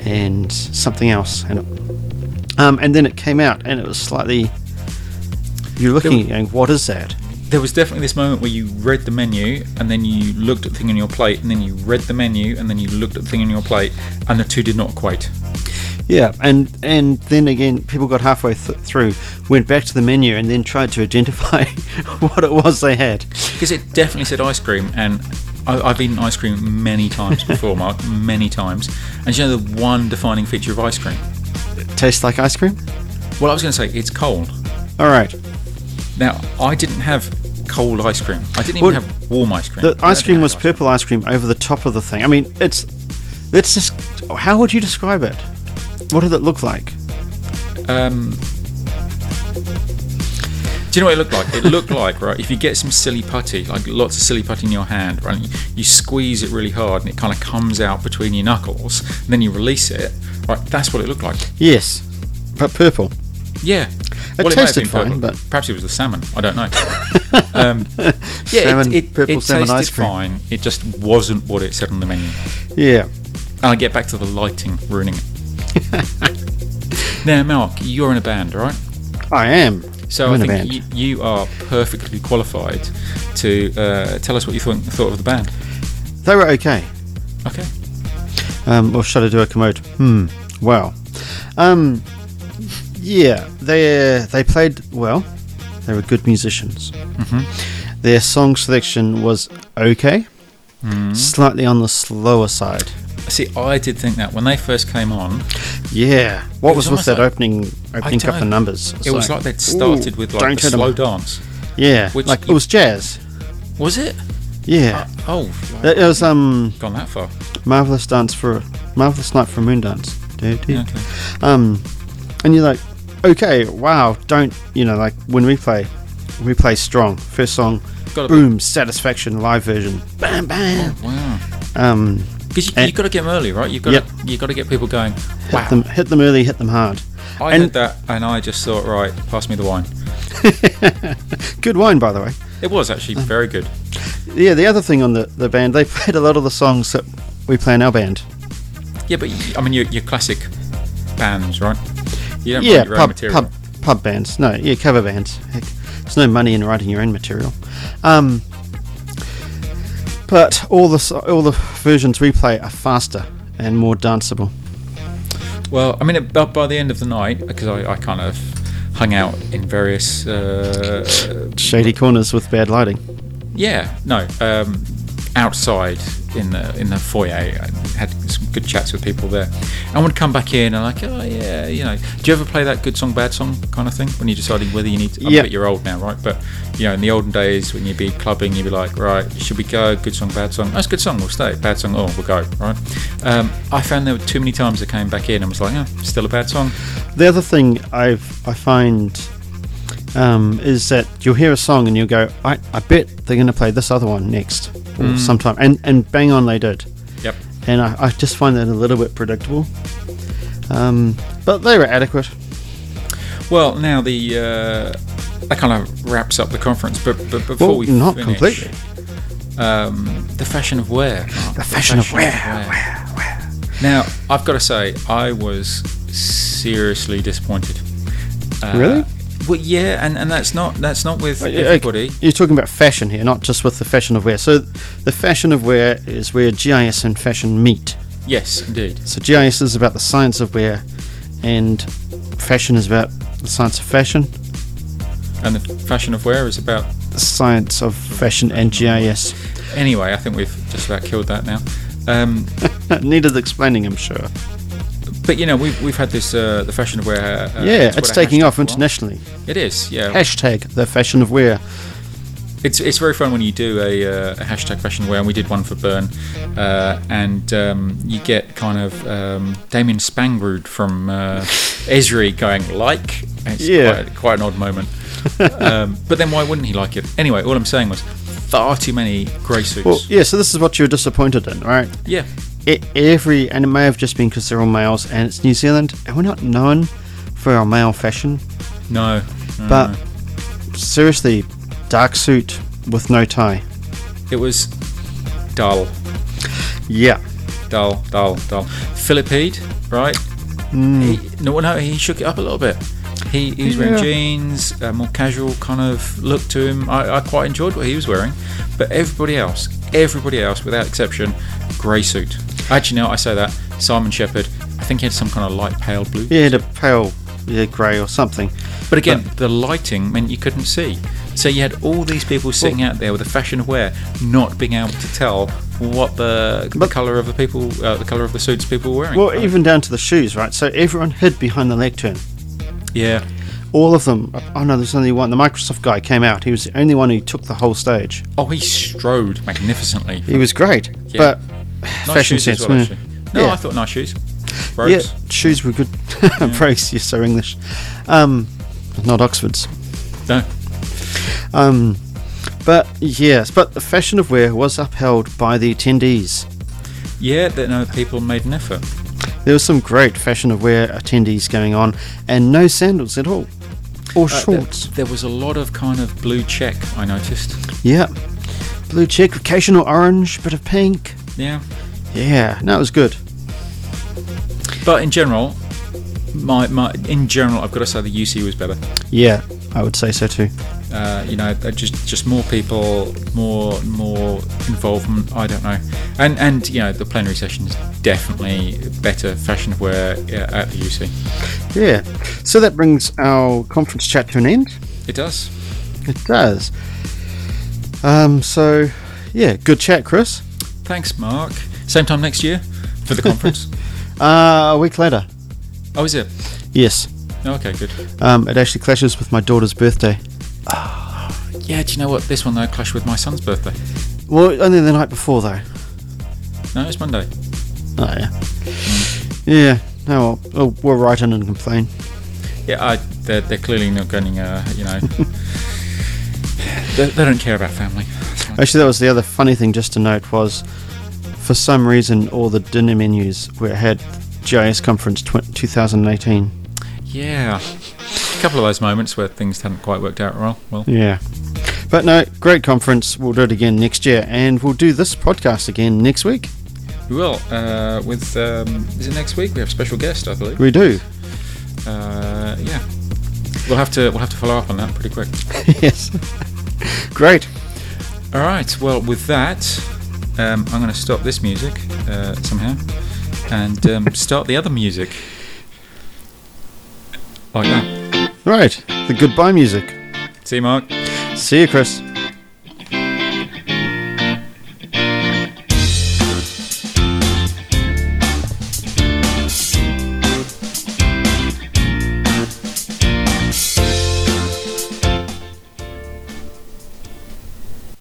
[SPEAKER 2] and something else. And it, um, and then it came out, and it was slightly. You're looking at it going, what is that?
[SPEAKER 3] There was definitely this moment where you read the menu and then you looked at the thing on your plate and then you read the menu and then you looked at the thing on your plate and the two did not equate.
[SPEAKER 2] Yeah, and and then again, people got halfway th- through, went back to the menu, and then tried to identify what it was they had.
[SPEAKER 3] Because it definitely said ice cream and I, I've eaten ice cream many times before, Mark, many times. And do you know the one defining feature of ice cream?
[SPEAKER 2] Tastes like ice cream.
[SPEAKER 3] Well, I was going to say it's cold.
[SPEAKER 2] All right,
[SPEAKER 3] Now, I didn't have cold ice cream. I didn't even
[SPEAKER 2] Well,
[SPEAKER 3] have warm ice cream.
[SPEAKER 2] the
[SPEAKER 3] I
[SPEAKER 2] ice
[SPEAKER 3] don't
[SPEAKER 2] cream
[SPEAKER 3] think I
[SPEAKER 2] was
[SPEAKER 3] had
[SPEAKER 2] purple ice cream over the top of the thing. I mean, it's it's just how would you describe it? What did it look like?
[SPEAKER 3] Um, do you know what it looked like? It looked like right. If you get some silly putty, like lots of silly putty in your hand, right? You, you squeeze it really hard, and it kind of comes out between your knuckles. And then you release it. Right, that's what it looked like.
[SPEAKER 2] Yes, but purple.
[SPEAKER 3] Yeah.
[SPEAKER 2] It
[SPEAKER 3] well, it may have
[SPEAKER 2] tasted
[SPEAKER 3] been
[SPEAKER 2] fine,
[SPEAKER 3] purple.
[SPEAKER 2] but-
[SPEAKER 3] perhaps it was the salmon. I don't know. um, yeah,
[SPEAKER 2] Salmon-
[SPEAKER 3] it, it,
[SPEAKER 2] purple
[SPEAKER 3] it
[SPEAKER 2] salmon
[SPEAKER 3] tasted
[SPEAKER 2] ice cream.
[SPEAKER 3] fine. It just wasn't what it said on the menu.
[SPEAKER 2] Yeah.
[SPEAKER 3] And I get back to the lighting ruining it. now, Mark, you're in a band, right?
[SPEAKER 2] I am.
[SPEAKER 3] So
[SPEAKER 2] I'm
[SPEAKER 3] I
[SPEAKER 2] in a
[SPEAKER 3] think
[SPEAKER 2] band.
[SPEAKER 3] you, you are perfectly qualified to uh, tell us what you thought, thought of the band.
[SPEAKER 2] They were okay.
[SPEAKER 3] Okay.
[SPEAKER 2] Um, or should I do a commode? Hmm. Wow. Um, yeah, they they played well. They were good musicians.
[SPEAKER 3] Mm-hmm.
[SPEAKER 2] Their song selection was okay,
[SPEAKER 3] Hmm.
[SPEAKER 2] slightly on the slower side.
[SPEAKER 3] See, I did think that when they first came on,
[SPEAKER 2] Yeah. What was,
[SPEAKER 3] It was
[SPEAKER 2] with
[SPEAKER 3] almost
[SPEAKER 2] that
[SPEAKER 3] like-
[SPEAKER 2] opening opening couple
[SPEAKER 3] don't-
[SPEAKER 2] of numbers? It's
[SPEAKER 3] it was like they'd started
[SPEAKER 2] "Ooh,
[SPEAKER 3] with like
[SPEAKER 2] don't
[SPEAKER 3] the
[SPEAKER 2] hit 'em."
[SPEAKER 3] slow dance.
[SPEAKER 2] Yeah,
[SPEAKER 3] which
[SPEAKER 2] like
[SPEAKER 3] you-
[SPEAKER 2] it was jazz.
[SPEAKER 3] Was it?
[SPEAKER 2] Yeah,
[SPEAKER 3] Oh,
[SPEAKER 2] it, it was um
[SPEAKER 3] gone that far.
[SPEAKER 2] marvelous dance for marvelous night for a moon dance. Do, do.
[SPEAKER 3] Okay.
[SPEAKER 2] Um, and you're like, okay, wow, don't you know? Like when we play, we play strong. First song,
[SPEAKER 3] Gotta be-
[SPEAKER 2] boom, satisfaction live version, bam, bam.
[SPEAKER 3] Wow.
[SPEAKER 2] Um,
[SPEAKER 3] Because you,
[SPEAKER 2] And-
[SPEAKER 3] you've got to get them early, right? You've got
[SPEAKER 2] Yep.
[SPEAKER 3] to, you've got to get people going.
[SPEAKER 2] hit
[SPEAKER 3] Wow!
[SPEAKER 2] them, hit them early, hit them hard.
[SPEAKER 3] I
[SPEAKER 2] and
[SPEAKER 3] heard that, and I just thought, right, pass me the wine.
[SPEAKER 2] good wine, by the way.
[SPEAKER 3] It was actually
[SPEAKER 2] Mm.
[SPEAKER 3] very good.
[SPEAKER 2] Yeah, the other thing on the the band, they played a lot of the songs that we play in our band.
[SPEAKER 3] Yeah, but y- I mean, your, your classic bands, right? You don't
[SPEAKER 2] yeah,
[SPEAKER 3] write your own
[SPEAKER 2] pub,
[SPEAKER 3] material.
[SPEAKER 2] pub pub bands. No, yeah, cover bands. Heck, there's no money in writing your own material. Um, but all the so- all the versions we play are faster and more danceable.
[SPEAKER 3] Well, I mean, about by the end of the night, because I, I kind of hung out in various. Uh,
[SPEAKER 2] Shady corners with bad lighting.
[SPEAKER 3] yeah, no, um, outside in the in the foyer, I had some good chats with people there. And would come back in and like, oh yeah, you know, do you ever play that good song, bad song kind of thing when you're deciding whether you need? To, I
[SPEAKER 2] Yeah.
[SPEAKER 3] bet you're old now, right? But you know, in the olden days when you'd be clubbing, you'd be like, right, should we go? Good song, bad song. That's a good song. We'll stay. Bad song. Oh, we'll go. Right. Um, I found there were too many times I came back in and was like, oh, still a bad song.
[SPEAKER 2] The other thing I've I find um, is that you'll hear a song and you'll go, I, I bet they're going to play this other one next or
[SPEAKER 3] Mm.
[SPEAKER 2] sometime, and and bang on they did.
[SPEAKER 3] Yep.
[SPEAKER 2] And I, I just find that a little bit predictable. Um, but they were adequate.
[SPEAKER 3] Well, now the uh, that kind of wraps up the conference, but but before
[SPEAKER 2] Well,
[SPEAKER 3] we
[SPEAKER 2] not
[SPEAKER 3] finish,
[SPEAKER 2] completely.
[SPEAKER 3] um, the fashion of wear, Mark, the
[SPEAKER 2] fashion of wear,
[SPEAKER 3] Now I've got to say, I was seriously disappointed. Uh,
[SPEAKER 2] Really?
[SPEAKER 3] Well, yeah, and, and that's not that's not with
[SPEAKER 2] Uh, yeah,
[SPEAKER 3] everybody.
[SPEAKER 2] You're talking about fashion here, not just with the fashion of wear. So, the fashion of wear is where GIS and fashion meet.
[SPEAKER 3] Yes, indeed.
[SPEAKER 2] So, GIS is about the science of wear, and fashion is about the science of fashion,
[SPEAKER 3] And the fashion of wear is about.
[SPEAKER 2] the science of fashion and GIS.
[SPEAKER 3] Anyway, I think we've just about killed that now. Um,
[SPEAKER 2] Needed explaining, I'm sure.
[SPEAKER 3] but you know, we've we've had this uh, the fashion of wear. Uh,
[SPEAKER 2] yeah, it's
[SPEAKER 3] Twitter
[SPEAKER 2] taking
[SPEAKER 3] hashtag
[SPEAKER 2] off
[SPEAKER 3] for a while.
[SPEAKER 2] internationally.
[SPEAKER 3] It is. Yeah.
[SPEAKER 2] Hashtag the fashion of wear.
[SPEAKER 3] It's, it's very fun when you do a, uh, a hashtag fashion wear, and we did one for Burn, uh, and um, you get kind of um, Damien Spangrud from uh, Esri going like. and It's
[SPEAKER 2] Yeah.
[SPEAKER 3] quite, quite an odd moment. um, but then why wouldn't he like it? Anyway, all I'm saying was far too many grey suits.
[SPEAKER 2] Well, yeah, so this is what you're disappointed in, right?
[SPEAKER 3] yeah.
[SPEAKER 2] E every, and it may have just been because they're all males and it's New Zealand, and we're not known for our male fashion.
[SPEAKER 3] No. no,
[SPEAKER 2] But
[SPEAKER 3] no. Mm.
[SPEAKER 2] seriously, dark suit with no tie.
[SPEAKER 3] it was dull,
[SPEAKER 2] Yeah.
[SPEAKER 3] dull, dull, dull. Philippide, right? He, no, no, he shook it up a little bit. He, he was wearing
[SPEAKER 2] Hmm. Yeah.
[SPEAKER 3] jeans, a more casual kind of look to him. I, I quite enjoyed what he was wearing, but everybody else, everybody else, without exception, grey suit. Actually, now I say that Simon Shepherd, I think he had some kind of light pale blue.
[SPEAKER 2] Yeah, the pale yeah, grey or something.
[SPEAKER 3] But again, the lighting meant you couldn't see. So you had all these people sitting out there with a fashion aware, not being able to tell what the, the
[SPEAKER 2] But-
[SPEAKER 3] color of the people, uh, the color of the suits people were wearing.
[SPEAKER 2] Well,
[SPEAKER 3] Right.
[SPEAKER 2] even down to the shoes, right? So everyone hid behind the lectern.
[SPEAKER 3] yeah,
[SPEAKER 2] All of them. Oh no, there's only one. The Microsoft guy came out. He was the only one who took the whole stage.
[SPEAKER 3] Oh, he strode magnificently.
[SPEAKER 2] He was great.
[SPEAKER 3] Yeah.
[SPEAKER 2] But
[SPEAKER 3] Nice
[SPEAKER 2] fashion
[SPEAKER 3] shoes
[SPEAKER 2] sense.
[SPEAKER 3] as well,
[SPEAKER 2] yeah.
[SPEAKER 3] actually. No,
[SPEAKER 2] Yeah.
[SPEAKER 3] I thought nice shoes. Brogues?
[SPEAKER 2] Yeah, shoes were good. Brogues, you're so English. Um, not Oxford's.
[SPEAKER 3] No.
[SPEAKER 2] Um, but yes, but the fashion of wear was upheld by the attendees.
[SPEAKER 3] Yeah, that no people made an effort.
[SPEAKER 2] There was some great fashion of wear attendees going on, and no sandals at all, or
[SPEAKER 3] Uh, there-
[SPEAKER 2] shorts.
[SPEAKER 3] there was a lot of kind of blue check. I noticed.
[SPEAKER 2] yeah, blue check, occasional orange, bit of pink.
[SPEAKER 3] Yeah,
[SPEAKER 2] Yeah, no, it was good.
[SPEAKER 3] but in general, my, my in general, I've got to say the UC was better.
[SPEAKER 2] Yeah, I would say so too.
[SPEAKER 3] uh, you know, uh, just just more people, more more involvement. I don't know, and and you know, the plenary session is definitely better fashion of wear uh, at the UC.
[SPEAKER 2] Yeah, so that brings our conference chat to an end.
[SPEAKER 3] It does.
[SPEAKER 2] It does. Um, so, yeah, good chat, Chris.
[SPEAKER 3] Thanks, Mark. Same time next year for the conference.
[SPEAKER 2] Uh, a week later.
[SPEAKER 3] oh, is it?
[SPEAKER 2] Yes.
[SPEAKER 3] Oh, okay, good.
[SPEAKER 2] Um, it actually clashes with my daughter's birthday.
[SPEAKER 3] Yeah, do you know what? This one though clashed with my son's birthday.
[SPEAKER 2] Well, only the night before, though.
[SPEAKER 3] No, it's Monday.
[SPEAKER 2] Oh, yeah. Yeah, no, we'll, oh, we'll, we'll write in and complain.
[SPEAKER 3] Yeah, I, they're, they're clearly not going. Uh, you know, they, they don't care about family. That's fine.
[SPEAKER 2] Actually, that was the other funny thing just to note was for some reason, all the dinner menus were had GIS Conference tw- 2018.
[SPEAKER 3] Yeah, a couple of those moments where things hadn't quite worked out well. Well.
[SPEAKER 2] Yeah. But no, great conference. We'll do it again next year, and we'll do this podcast again next week.
[SPEAKER 3] We will. Uh, with um, is it next week? We have a special guest, I believe.
[SPEAKER 2] We do.
[SPEAKER 3] Uh, yeah, we'll have to we'll have to follow up on that pretty quick.
[SPEAKER 2] yes. Great.
[SPEAKER 3] All right. Well, with that, um, I'm going to stop this music uh, somehow and um, start the other music like that.
[SPEAKER 2] Right. The goodbye music.
[SPEAKER 3] See you, Mark.
[SPEAKER 2] See you, Chris.